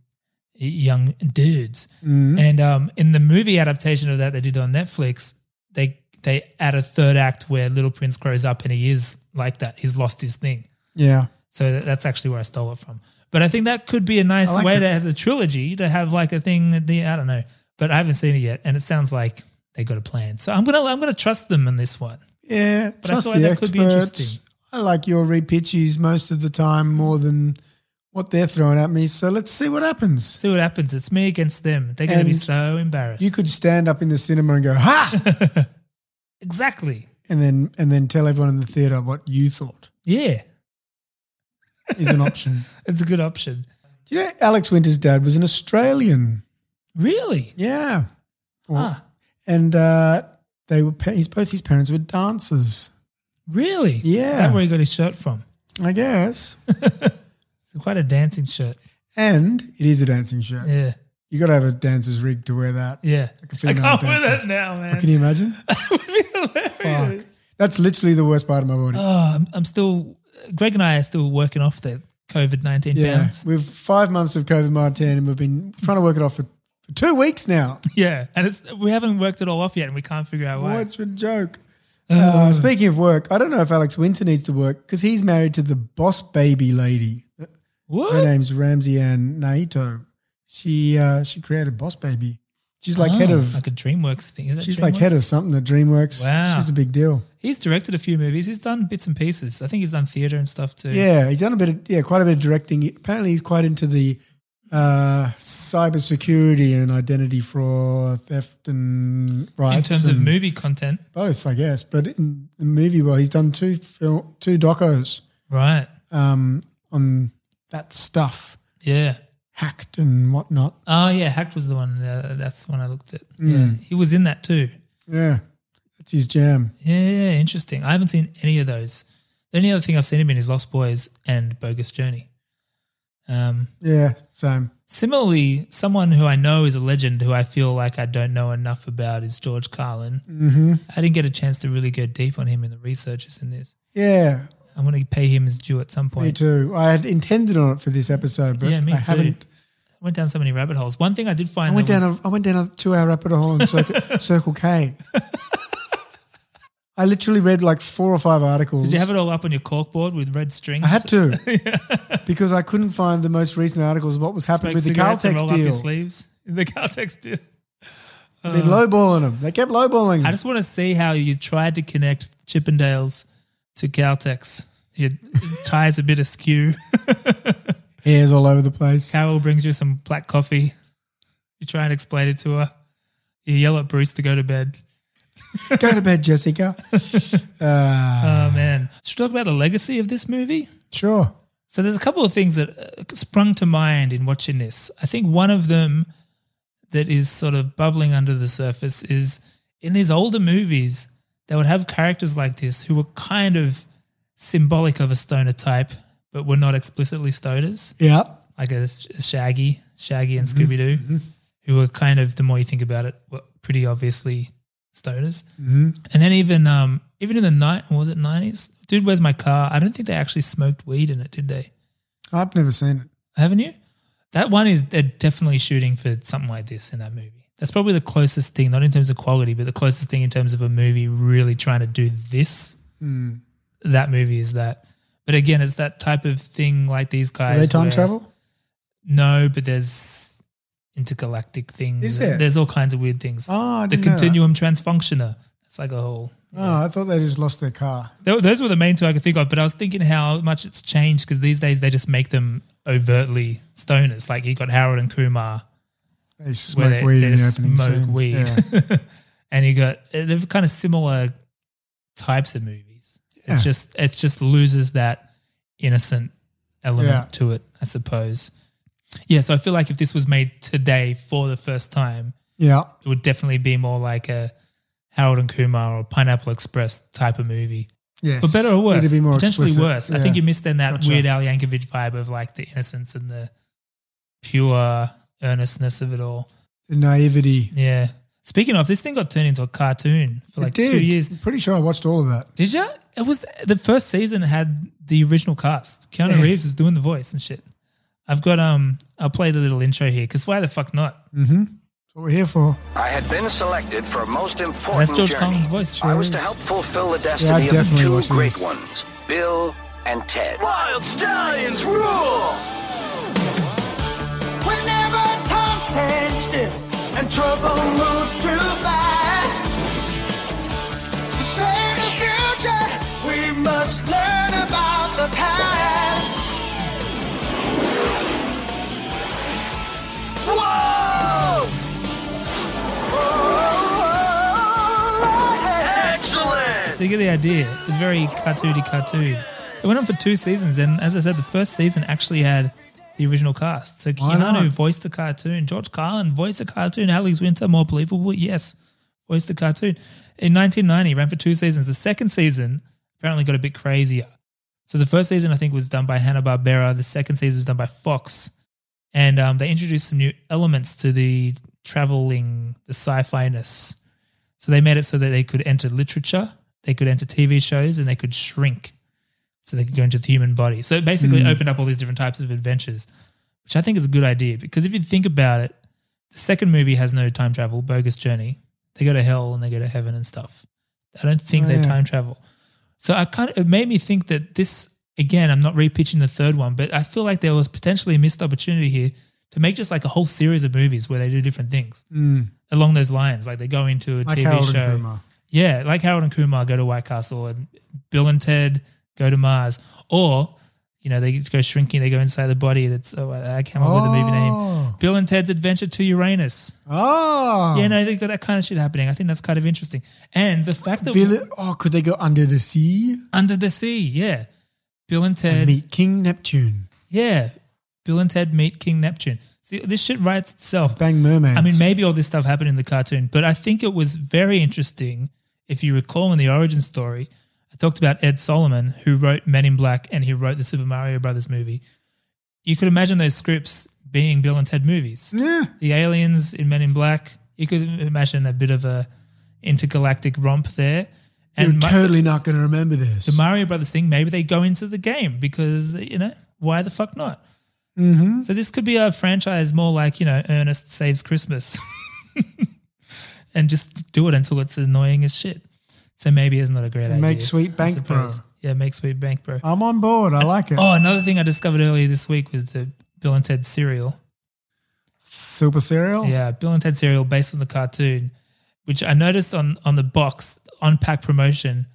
S3: young dudes.
S4: Mhm.
S3: And um in the movie adaptation of that they did on Netflix, they they add a third act where Little Prince grows up and he is like that. He's lost his thing.
S4: Yeah.
S3: So that- that's actually where I stole it from. But I think that could be a nice
S4: I like
S3: way
S4: that.
S3: to as a trilogy to have like a thing. At the, I don't know, but I haven't seen it yet, and it sounds like they got a plan. So I'm gonna I'm gonna trust them on this one.
S4: Yeah.
S3: But I
S4: trust
S3: feel
S4: the
S3: like that
S4: experts.
S3: could be interesting.
S4: I like your repitches most of the time more than what they're throwing at me. So let's see what happens.
S3: See what happens. It's me against them. They're gonna be
S4: And
S3: so embarrassed.
S4: You could stand up in the cinema and go, ha!
S3: exactly.
S4: and then and then tell everyone in the theater what you thought
S3: Yeah,
S4: is an option.
S3: it's a good option.
S4: Do you know Alex Winter's dad was an Australian?
S3: Really?
S4: Yeah. Well,
S3: Ah.
S4: And uh, they were pa- his both his parents were dancers.
S3: Really?
S4: Yeah.
S3: Is that where he got his shirt from?
S4: I guess.
S3: It's quite a dancing shirt.
S4: And it is a dancing shirt.
S3: Yeah.
S4: You got to have a dancer's rig to wear that.
S3: Yeah.
S4: Like a
S3: I
S4: female
S3: can't wear
S4: dancer's.
S3: that now,
S4: Oh,
S3: man.
S4: Can you imagine?
S3: Fuck.
S4: That's literally the worst part of my body.
S3: Oh, I'm, I'm still. Greg and I are still working off the COVID nineteen
S4: yeah,
S3: bounds.
S4: we've five months of COVID nineteen, and we've been trying to work it off for, for two weeks now.
S3: Yeah, and it's we haven't worked it all off yet, and we can't figure out why.
S4: What's a joke?
S3: Oh.
S4: Uh, speaking of work, I don't know if Alex Winter needs to work because he's married to the boss baby lady. Her
S3: What?
S4: name's Ramsey Ann Naito. She uh, she created Boss Baby. She's like head
S3: Oh,
S4: of
S3: like a DreamWorks thing. Is that
S4: she's like head of
S3: DreamWorks?
S4: something at DreamWorks.
S3: Wow.
S4: she's a big deal.
S3: He's directed a few movies. He's done bits and pieces. I think he's done theater and stuff too.
S4: Yeah, he's done a bit of yeah, quite a bit of directing. Apparently, he's quite into the uh, cybersecurity and identity fraud, theft, and rights.
S3: in terms of
S4: and
S3: movie content,
S4: both, I guess. But in the movie world, he's done two film, two docos
S3: right?
S4: um, on that stuff,
S3: Yeah.
S4: hacked and whatnot.
S3: Oh yeah, Hacked was the one. Uh, that's the one I looked at.
S4: Mm.
S3: Yeah, he was in that too.
S4: Yeah, that's his jam.
S3: Yeah, yeah, interesting. I haven't seen any of those. The only other thing I've seen him in is Lost Boys and Bogus Journey. Um,
S4: Yeah, same.
S3: Similarly, someone who I know is a legend who I feel like I don't know enough about is George Carlin.
S4: Mm-hmm.
S3: I didn't get a chance to really go deep on him in the researches in this.
S4: Yeah,
S3: I'm going to pay him his due at some
S4: me
S3: point.
S4: too. I had intended on it for this episode, but
S3: Yeah, me
S4: I
S3: too.
S4: haven't.
S3: I went down so many rabbit holes. One thing I did
S4: I
S3: find
S4: went
S3: that
S4: down.
S3: was-
S4: A, I went down a two-hour rabbit hole in Circle, Circle K. I literally read like four or five articles.
S3: did you have it all up on your corkboard with red strings?
S4: I had to because I couldn't find the most recent articles of what was happening
S3: Smoke
S4: with the
S3: cigarettes and
S4: Caltex
S3: roll up your
S4: deal.
S3: sleeves. The Caltex deal.
S4: They've been lowballing them. They kept lowballing.
S3: I
S4: them.
S3: just want to see Uh. how you tried to connect Chippendales to Caltex. Your tie's a bit askew.
S4: Hairs all over the place.
S3: Carol brings you some black coffee. You try and explain it to her. You yell at Bruce to go to bed.
S4: Go to bed, Jessica. Uh,
S3: Oh man. Should we talk about the legacy of this movie?
S4: sure.
S3: So there's a couple of things that uh, sprung to mind in watching this. I think one of them that is sort of bubbling under the surface is in these older movies, they would have characters like this who were kind of symbolic of a stoner type, but were not explicitly stoners.
S4: Yeah.
S3: Like a, S- Shaggy, Shaggy and
S4: Mhm,
S3: Scooby Doo,
S4: mhm.
S3: who were kind of, the more you think about it, were pretty obviously stoners.
S4: Mm-hmm.
S3: And then even um even in the night was it nineties? Dude, where's my car? I don't think they actually smoked weed in it, did they?
S4: I've never seen it.
S3: Haven't you? That one is they're definitely shooting for something like this in that movie. That's probably the closest thing, not in terms of quality, but the closest thing in terms of a movie really trying to do this.
S4: Mm.
S3: That movie is that. But again, it's that type of thing like these guys.
S4: Are they time
S3: where-
S4: travel?
S3: No, but there's intergalactic things.
S4: Is there?
S3: There's all kinds of weird things.
S4: Oh, I
S3: the
S4: didn't know that.
S3: continuum transfunctioner. It's like a whole
S4: Oh, I thought they just lost their car.
S3: Tho- Those were the main two I could think of, but I was thinking how much it's changed because these days they just make them overtly stoners. Like you got Harold and Kumar,
S4: They smoke
S3: where they,
S4: weed
S3: they
S4: in the
S3: just
S4: opening
S3: smoke
S4: scene.
S3: weed,
S4: Yeah.
S3: and you got they're kind of similar types of movies.
S4: Yeah.
S3: It's just it just loses that innocent element
S4: Yeah.
S3: to it, I suppose. Yeah, so I feel like if this was made today for the first time,
S4: Yeah.
S3: it would definitely be more like a Harold and Kumar or Pineapple Express type of movie.
S4: Yes.
S3: For better or worse.
S4: It'd be more
S3: potentially
S4: explicit.
S3: worse. I
S4: Yeah.
S3: think you missed then that
S4: Gotcha.
S3: Weird Al Yankovic vibe of like the innocence and the pure earnestness of it all.
S4: The naivety.
S3: Yeah. Speaking of, this thing got turned into a cartoon for like
S4: it did.
S3: two years.
S4: I'm pretty sure I watched all of that.
S3: Did you? It was the first season had the original cast. Keanu
S4: Yeah.
S3: Reeves was doing the voice and shit. I've got um. I'll play the little intro here because why the fuck not?
S4: Mm-hmm. That's what we're here for.
S13: I had been selected for a most important
S3: That's George
S13: journey.
S3: Collins' voice.
S13: I was to help fulfill the
S3: Yeah,
S13: destiny
S3: I
S13: of the
S3: definitely
S13: two
S3: watched
S13: great
S3: this.
S13: ones, Bill and Ted.
S14: Wild stallions rule! Whenever time stands still and trouble moves too fast, to save the future, we must learn about the past. Whoa! Excellent!
S3: So you get the idea. It's very cartoony cartoon. It went on for two seasons, and as I said, the first season actually had the original cast. So
S4: Why not?
S3: Keanu voiced the cartoon, George Carlin voiced the cartoon, Alex Winter, more believable, yes, voiced the cartoon. In 1990, it ran for two seasons. The second season apparently got a bit crazier. So the first season, I think, was done by Hanna Barbera. The second season was done by Fox, and um, they introduced some new elements to the traveling, the sci-fi ness. So they made it so that they could enter literature, they could enter TV shows, and they could shrink. So they could go into the human body. So it basically
S4: Mm.
S3: opened up all these different types of adventures, which I think is a good idea because if you think about it, the second movie has no time travel, bogus journey. They go to hell and they go to heaven and stuff. I don't think
S4: Oh,
S3: they
S4: yeah.
S3: time travel. So I kind of it made me think that this again. I'm not repitching the third one, but I feel like there was potentially a missed opportunity here to make just like a whole series of movies where they do different things
S4: Mm.
S3: along those lines. Like they go into a
S4: Like
S3: TV
S4: Harold and
S3: show.
S4: Kumar.
S3: Yeah, like Harold and Kumar go to White Castle and Bill and Ted go to Mars. Or, you know, they go shrinking, they go inside the body. And it's, oh, I can't remember the movie name.
S4: Oh.
S3: Bill and Ted's Adventure to Uranus.
S4: Oh.
S3: Yeah, no, they've got that kind of shit happening. I think that's kind of interesting. And the fact that
S4: Vill- oh, could they go under the sea?
S3: Under the Sea, yeah. Bill and Ted.
S4: And meet King Neptune.
S3: Yeah. Bill and Ted meet King Neptune. See, this shit writes itself.
S4: Bang mermaids.
S3: I mean, maybe all this stuff happened in the cartoon, but I think it was very interesting. If you recall in the origin story, I talked about Ed Solomon, who wrote Men in Black and he wrote the Super Mario Brothers movie. You could imagine those scripts being Bill and Ted movies.
S4: Yeah.
S3: The aliens in Men in Black. You could imagine a bit of a intergalactic romp there.
S4: You're
S3: mu-
S4: totally not going to remember this.
S3: the Mario Brothers thing, maybe they go into the game because, you know, why the fuck not?
S4: mm-hmm.
S3: So this could be a franchise more like, you know, Ernest Saves Christmas and just do it until it's annoying as shit. So maybe it's not a great
S4: And
S3: idea.
S4: make sweet
S3: I
S4: bank, Oh, bro.
S3: suppose. Yeah, make sweet bank, bro.
S4: I'm on board. I like it.
S3: Oh, another thing I discovered earlier this week was the Bill and Ted cereal.
S4: Super cereal?
S3: Yeah, Bill and Ted cereal based on the cartoon, which I noticed on on the box on pack promotion.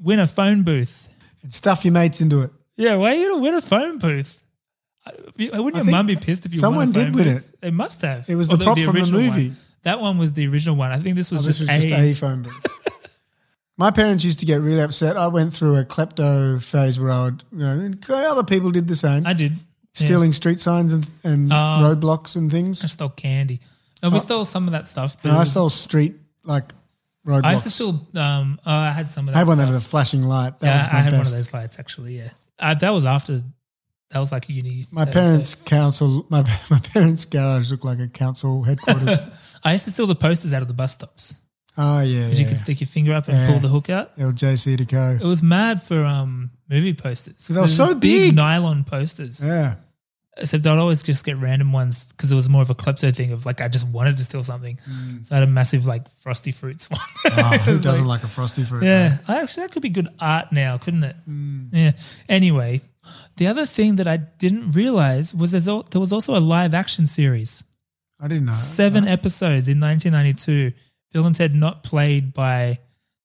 S3: Win a phone booth.
S4: And stuff your mates into it.
S3: Yeah, why are you gonna win a phone booth? I- Wouldn't your
S4: think
S3: mum be pissed if you
S4: someone
S3: won a phone
S4: did win
S3: booth?
S4: it.
S3: They must have.
S4: It was the prop from the
S3: original one.
S4: movie.
S3: That one was the original one. I think this was
S4: oh,
S3: just
S4: this was just
S3: a.
S4: a phone booth. My parents used to get really upset. I went through a klepto phase where I would, you know, and other people did the same. I
S3: did.
S4: Stealing street signs and, and
S3: Oh.
S4: roadblocks and things. I
S3: stole candy. No, we
S4: Oh.
S3: stole some of that stuff. But
S4: No,
S3: it
S4: I
S3: was-
S4: stole street, like roadblocks.
S3: I used to steal. Um, oh, I had some of that.
S4: I had one that
S3: stuff.
S4: had a flashing light. That
S3: yeah,
S4: was my
S3: I had one of
S4: best.
S3: those lights actually. Yeah, uh, that was after. That was like uni.
S4: My
S3: days,
S4: parents' council, my my parents' garage looked like a council headquarters.
S3: though. I used to steal the posters out of the bus stops.
S4: oh yeah,
S3: 'Cause you
S4: yeah.
S3: could stick your finger up and pull the hook out.
S4: LJC to go.
S3: It was mad for um movie posters.
S4: They were
S3: There's
S4: so
S3: these
S4: big.
S3: nylon posters.
S4: Yeah.
S3: Except I'd always just get random ones because it was more of a klepto thing of like I just wanted to steal something.
S4: Mm.
S3: So I had a massive like frosty fruits one.
S4: Oh, who
S3: It was
S4: doesn't like a Frosty fruit,
S3: Yeah, I actually that could be good art now, couldn't it?
S4: Mm.
S3: Yeah. Anyway, the other thing that I didn't realize was there's al- there was also a live action series.
S4: I didn't know.
S3: Seven episodes in 1992. Bill and Ted not played by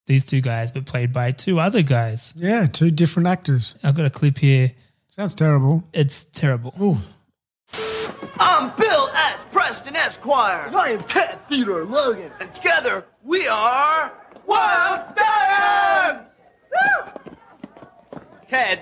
S3: these two guys, but played by two other guys.
S4: Yeah, two different actors.
S3: I've got a clip here.
S4: Sounds terrible.
S3: It's terrible.
S14: I'm Bill S. Preston Esquire. And I am Ted Theodore Logan. And together, we are Wild Stallions!
S6: Ted,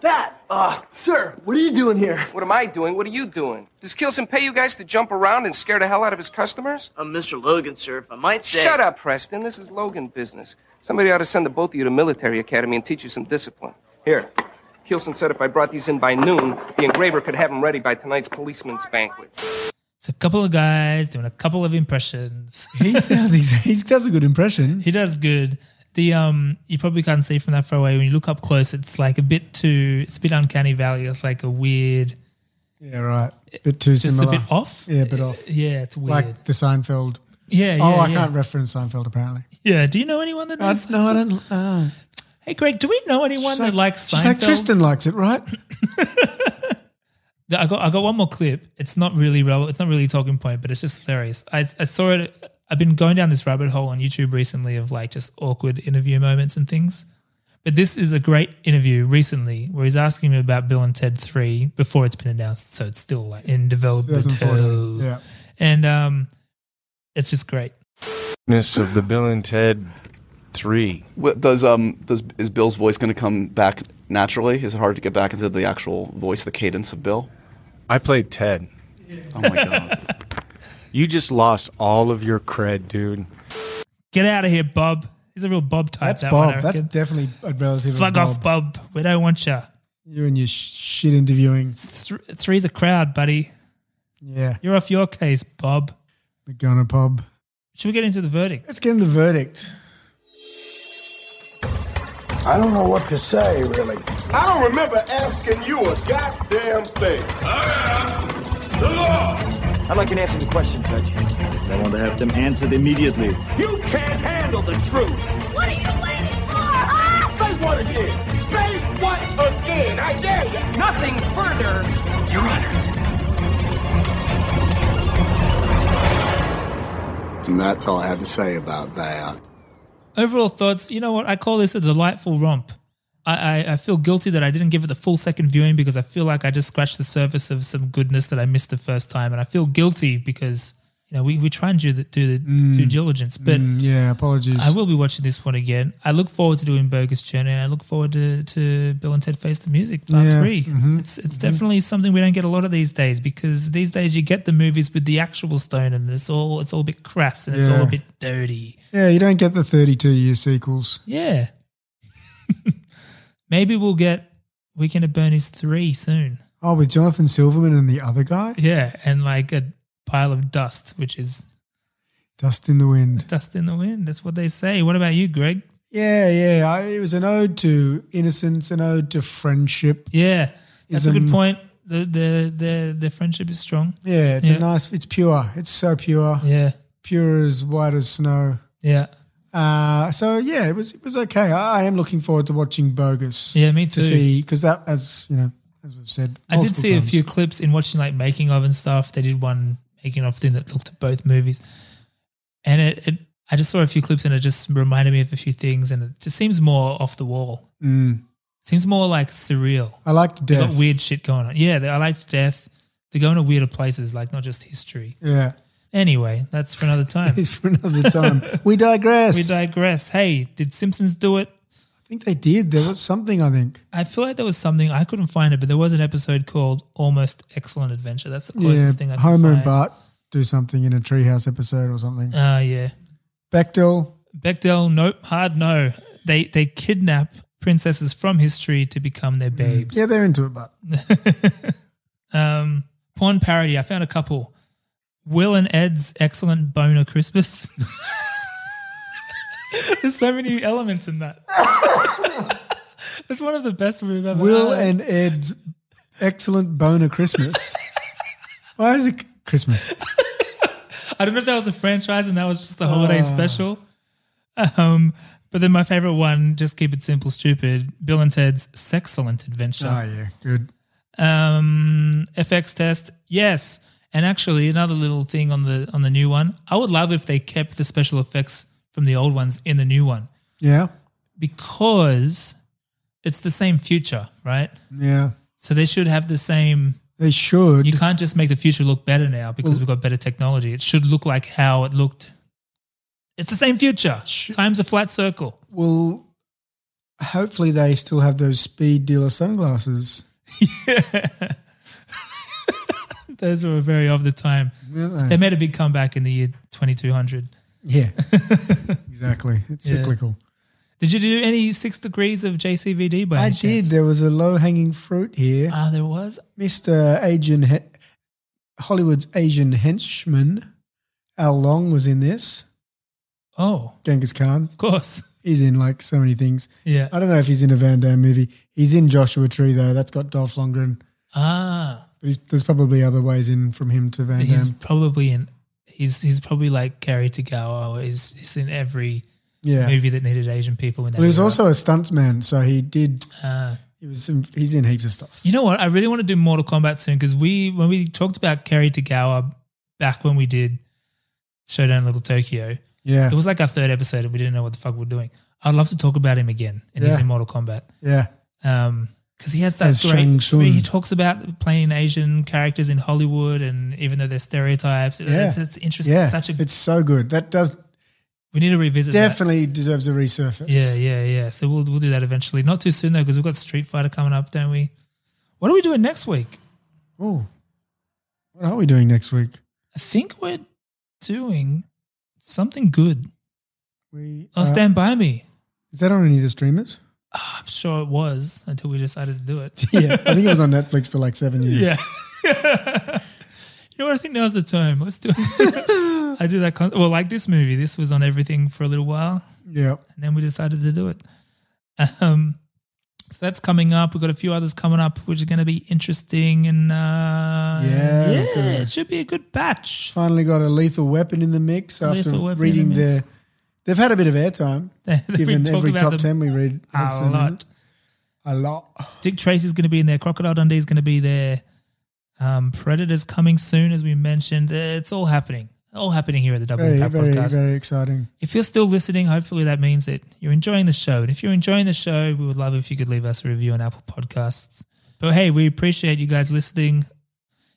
S14: That, uh, sir, what are you doing here?
S6: what am I doing? What are you doing? Does Kielsen pay you guys to jump around and scare the hell out of his customers?
S15: I'm Mr. Logan, sir, if I might say.
S6: Shut up, Preston. This is Logan business. Somebody ought to send the both of you to military academy and teach you some discipline. Here. Kielsen said if I brought these in by noon, the engraver could have them ready by tonight's policeman's banquet.
S3: It's a couple of guys doing a couple of impressions.
S4: He sounds he's, he does a good impression.
S3: He does good. The um, you probably can't see from that far away. When you look up close, it's like a bit too. It's a bit uncanny valley. It's like a weird.
S4: Yeah, right. Bit too
S3: Just a
S4: similar.
S3: bit off?
S4: Yeah, a bit off.
S3: Yeah, it's weird.
S4: Like the Seinfeld.
S3: Yeah,
S4: Oh,
S3: yeah,
S4: I
S3: yeah.
S4: can't reference Seinfeld apparently.
S3: Yeah. Do you know anyone that? Knows
S4: no, I don't.
S3: hey, Greg. Do we know anyone that likes
S4: uh, She's like
S3: Seinfeld?
S4: Tristan likes it, right?
S3: I got I got one more clip. It's not really relevant. It's not really a talking point, but it's just hilarious. I I saw it. I've been going down this rabbit hole on YouTube recently of like just awkward interview moments and things. But this is a great interview recently where he's asking me about Bill and Ted Three before it's been announced, so it's still like in development.
S16: 2014, yeah.
S3: and um, it's just great.
S16: Ness of the Bill and Ted Three.
S17: Wh- Does um does is Bill's voice going to come back naturally? Is it hard to get back into the actual voice, the cadence of Bill?
S16: I played Ted.
S17: Oh my god!
S16: You just lost all of your cred, dude.
S3: Get out of here, Bob. He's a real Bob type.
S4: That's
S3: that One, I
S4: Bob. That's
S3: reckon.
S4: definitely a relative.
S3: Fuck
S4: of
S3: off, Bob. We don't want you.
S4: You and your sh- shit interviewing.
S3: Three's a crowd, buddy.
S4: Yeah.
S3: You're off your case, Bob.
S4: We're gonna pub.
S3: Should we get into the verdict?
S4: Let's get in the verdict.
S18: I don't know what to say, really.
S9: I don't remember asking you a goddamn thing. the law.
S19: I'd like an answer to the question, Judge. I want to have them answered immediately.
S14: You can't handle the truth. What are you waiting for? Say what again? Say what again? I dare you. Nothing further. Your Honor.
S20: And that's all I have to say about that.
S3: Overall thoughts, you know what? I call this a delightful romp. I, I, I feel guilty that I didn't give it the full second viewing because I feel like I just scratched the surface of some goodness that I missed the first time. And I feel guilty because, you know, we, we try and do the, do the due diligence. But
S4: Mm, yeah, apologies.
S3: I will be watching this one again. I look forward to doing Bogus Journey and I look forward to, to Bill and Ted Face the Music Part
S4: Yeah,
S3: 3.
S4: mhm,
S3: It's, it's
S4: mhm.
S3: definitely something we don't get a lot of these days because these days you get the movies with the actual stone and it's all it's all a bit crass and it's all
S4: Yeah.
S3: a bit dirty.
S4: Yeah, you don't get the 32 year sequels.
S3: Yeah. Maybe we'll get Weekend at Bernie's 3 soon.
S4: Oh, with Jonathan Silverman and the other guy?
S3: Yeah, and like a pile of dust, which is
S4: Dust in the Wind.
S3: dust in the wind. That's what they say. What about you, Greg?
S4: Yeah, yeah. I, it was an ode to innocence, an ode to friendship.
S3: Yeah, that's a good
S4: Ism.
S3: point. The the the the friendship is strong.
S4: Yeah, it's a nice, it's pure. It's so pure.
S3: Yeah.
S4: Pure as white as snow.
S3: Yeah.
S4: Uh, so yeah, it was it was okay. I, I am looking forward to watching Bogus.
S3: Yeah, me too.
S4: To see because that, as you know, as we've said,
S3: I did
S4: multiple
S3: see
S4: times.
S3: a few clips in watching like making of and stuff. They did one making of thing that looked at both movies, and it, it I just saw a few clips and it just reminded me of a few things, and it just seems more off the wall.
S4: Mm.
S3: Seems more like surreal.
S4: I liked
S3: They got
S4: Death.
S3: weird shit going on. Yeah, they, I liked death. They're going to weirder places, like not just history.
S4: Yeah,
S3: Anyway, that's for another time.
S4: It's for another time. we digress.
S3: We digress. Hey, did Simpsons do it?
S4: I think they did. There was something, I think.
S3: I feel like there was something I couldn't find it, but there was an episode called "Almost Excellent Adventure." That's the closest thing I could
S4: Homer
S3: find.
S4: and Bart do something in a treehouse episode or something.
S3: Ah, yeah.
S4: Bechtel.
S3: Bechdel, nope, hard no. They they kidnap princesses from history to become their babes.
S4: Yeah, they're into it, but
S3: Um, porn parody. I found a couple. Will and Ed's excellent boner Christmas. There's so many elements in that. It's one of the best we've ever.
S4: Will
S3: had.
S4: and Ed's excellent boner Christmas. Why is it Christmas?
S3: Ah, I don't know if that was a franchise and that was just the holiday
S4: Ah.
S3: special. Um, but then my favorite one, just keep it simple, stupid. Bill and Ted's Sexcellent Adventure.
S4: Oh yeah, good.
S3: Um, FX test, yes. And actually, another little thing on the on the new one. I would love if they kept the special effects from the old ones in the new one
S4: Yeah,
S3: because it's the same future, right?
S4: yeah.
S3: So they should have the same.
S4: They should.
S3: You can't just make the future look better now because we've got better technology. It should look like how it looked. It's the same future. Time's a flat circle.
S4: Well, hopefully they still have those speed dealer sunglasses.
S3: Those were very of the time.
S4: Really?
S3: They made a big comeback in the year 2200.
S4: Yeah, exactly. It's
S3: Yeah.
S4: cyclical.
S3: Did you do any six degrees of JCVD by
S4: I
S3: any
S4: did. There was a low hanging fruit here.
S3: Ah, there was.
S4: Mr. Asian, he- Hollywood's Asian henchman, Al Long was in this.
S3: Oh,
S4: Genghis Khan. Of
S3: course.
S4: He's in like so many things.
S3: Yeah.
S4: I don't know if he's in a Van Damme movie. He's in Joshua Tree, though. That's got Dolph Lundgren.
S3: Ah,
S4: But he's, there's probably other ways in from him to Van Damme.
S3: he's probably in. He's he's probably like Kerry Tagawa. or He's he's in every
S4: Yeah.
S3: movie that needed Asian people in that.
S4: well, he was
S3: era.
S4: also a stuntsman, so he did.
S3: Ah.
S4: he was. In, he's in heaps of stuff.
S3: You know what? I really want to do Mortal Kombat soon because we when we talked about Kerry Tagawa back when we did Showdown in Little Tokyo.
S4: Yeah.
S3: it was like our third episode and we didn't know what the fuck we were doing. I'd love to talk about him again, and he's
S4: Yeah.
S3: in Mortal Kombat.
S4: Yeah.
S3: Um 'cause because he has that
S4: As
S3: great.
S4: Shang Tsung.
S3: He talks about playing Asian characters in Hollywood, and even though they're stereotypes, it's, it's interesting.
S4: Yeah.
S3: Such a
S4: it's so good. That does
S3: we need to revisit. that.
S4: definitely deserves a resurface.
S3: Yeah, yeah, yeah. So we'll we'll do that eventually. Not too soon though, because we've got Street Fighter coming up, don't we? What are we doing next week?
S4: Oh, what are we doing next week?
S3: I think we're doing something good.
S4: We
S3: Oh,
S4: uh,
S3: Stand By Me.
S4: Is that on any of the streamers?
S3: I'm sure it was until we decided to do it.
S4: Yeah, I think it was on Netflix for like seven years.
S3: Yeah. You know what? I think now's the time. Let's do it. I do that. Con- well, like this movie, this was on everything for a little while.
S4: Yeah.
S3: And then we decided to do it. Um, so that's coming up. We've got a few others coming up, which are going to be interesting. And uh,
S4: Yeah,
S3: yeah,
S4: good.
S3: it should be a good batch.
S4: Finally got a lethal weapon in the mix after
S3: Lethal Weapon in
S4: reading
S3: the
S4: their.
S3: mix.
S4: They've had a bit of airtime.
S3: We
S4: given
S3: talk
S4: every
S3: about
S4: top
S3: them
S4: ten we read
S3: A lot.
S4: A lot.
S3: Dick Tracy's going to be in there. Crocodile Dundee is going to be there. Um, Predator's coming soon, as we mentioned. Uh, It's all happening. All happening here at the Double
S4: Very,
S3: Impact
S4: very,
S3: Podcast.
S4: very exciting.
S3: If you're still listening, hopefully that means that you're enjoying the show. And if you're enjoying the show, we would love if you could leave us a review on Apple Podcasts. But hey, we appreciate you guys listening.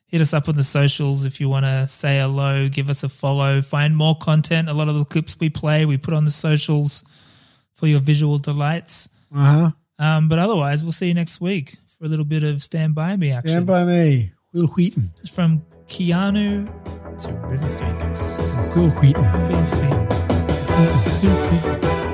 S3: Hit us up on the socials if you want to say hello, give us a follow, find more content. A lot of the clips we play, we put on the socials for your visual delights.
S4: Uh huh.
S3: Um, but otherwise, we'll see you next week for a little bit of Stand By Me action.
S4: Stand by me, Will Wheaton.
S3: From Keanu to River Phoenix.
S4: Will Wheaton.
S3: River Phoenix.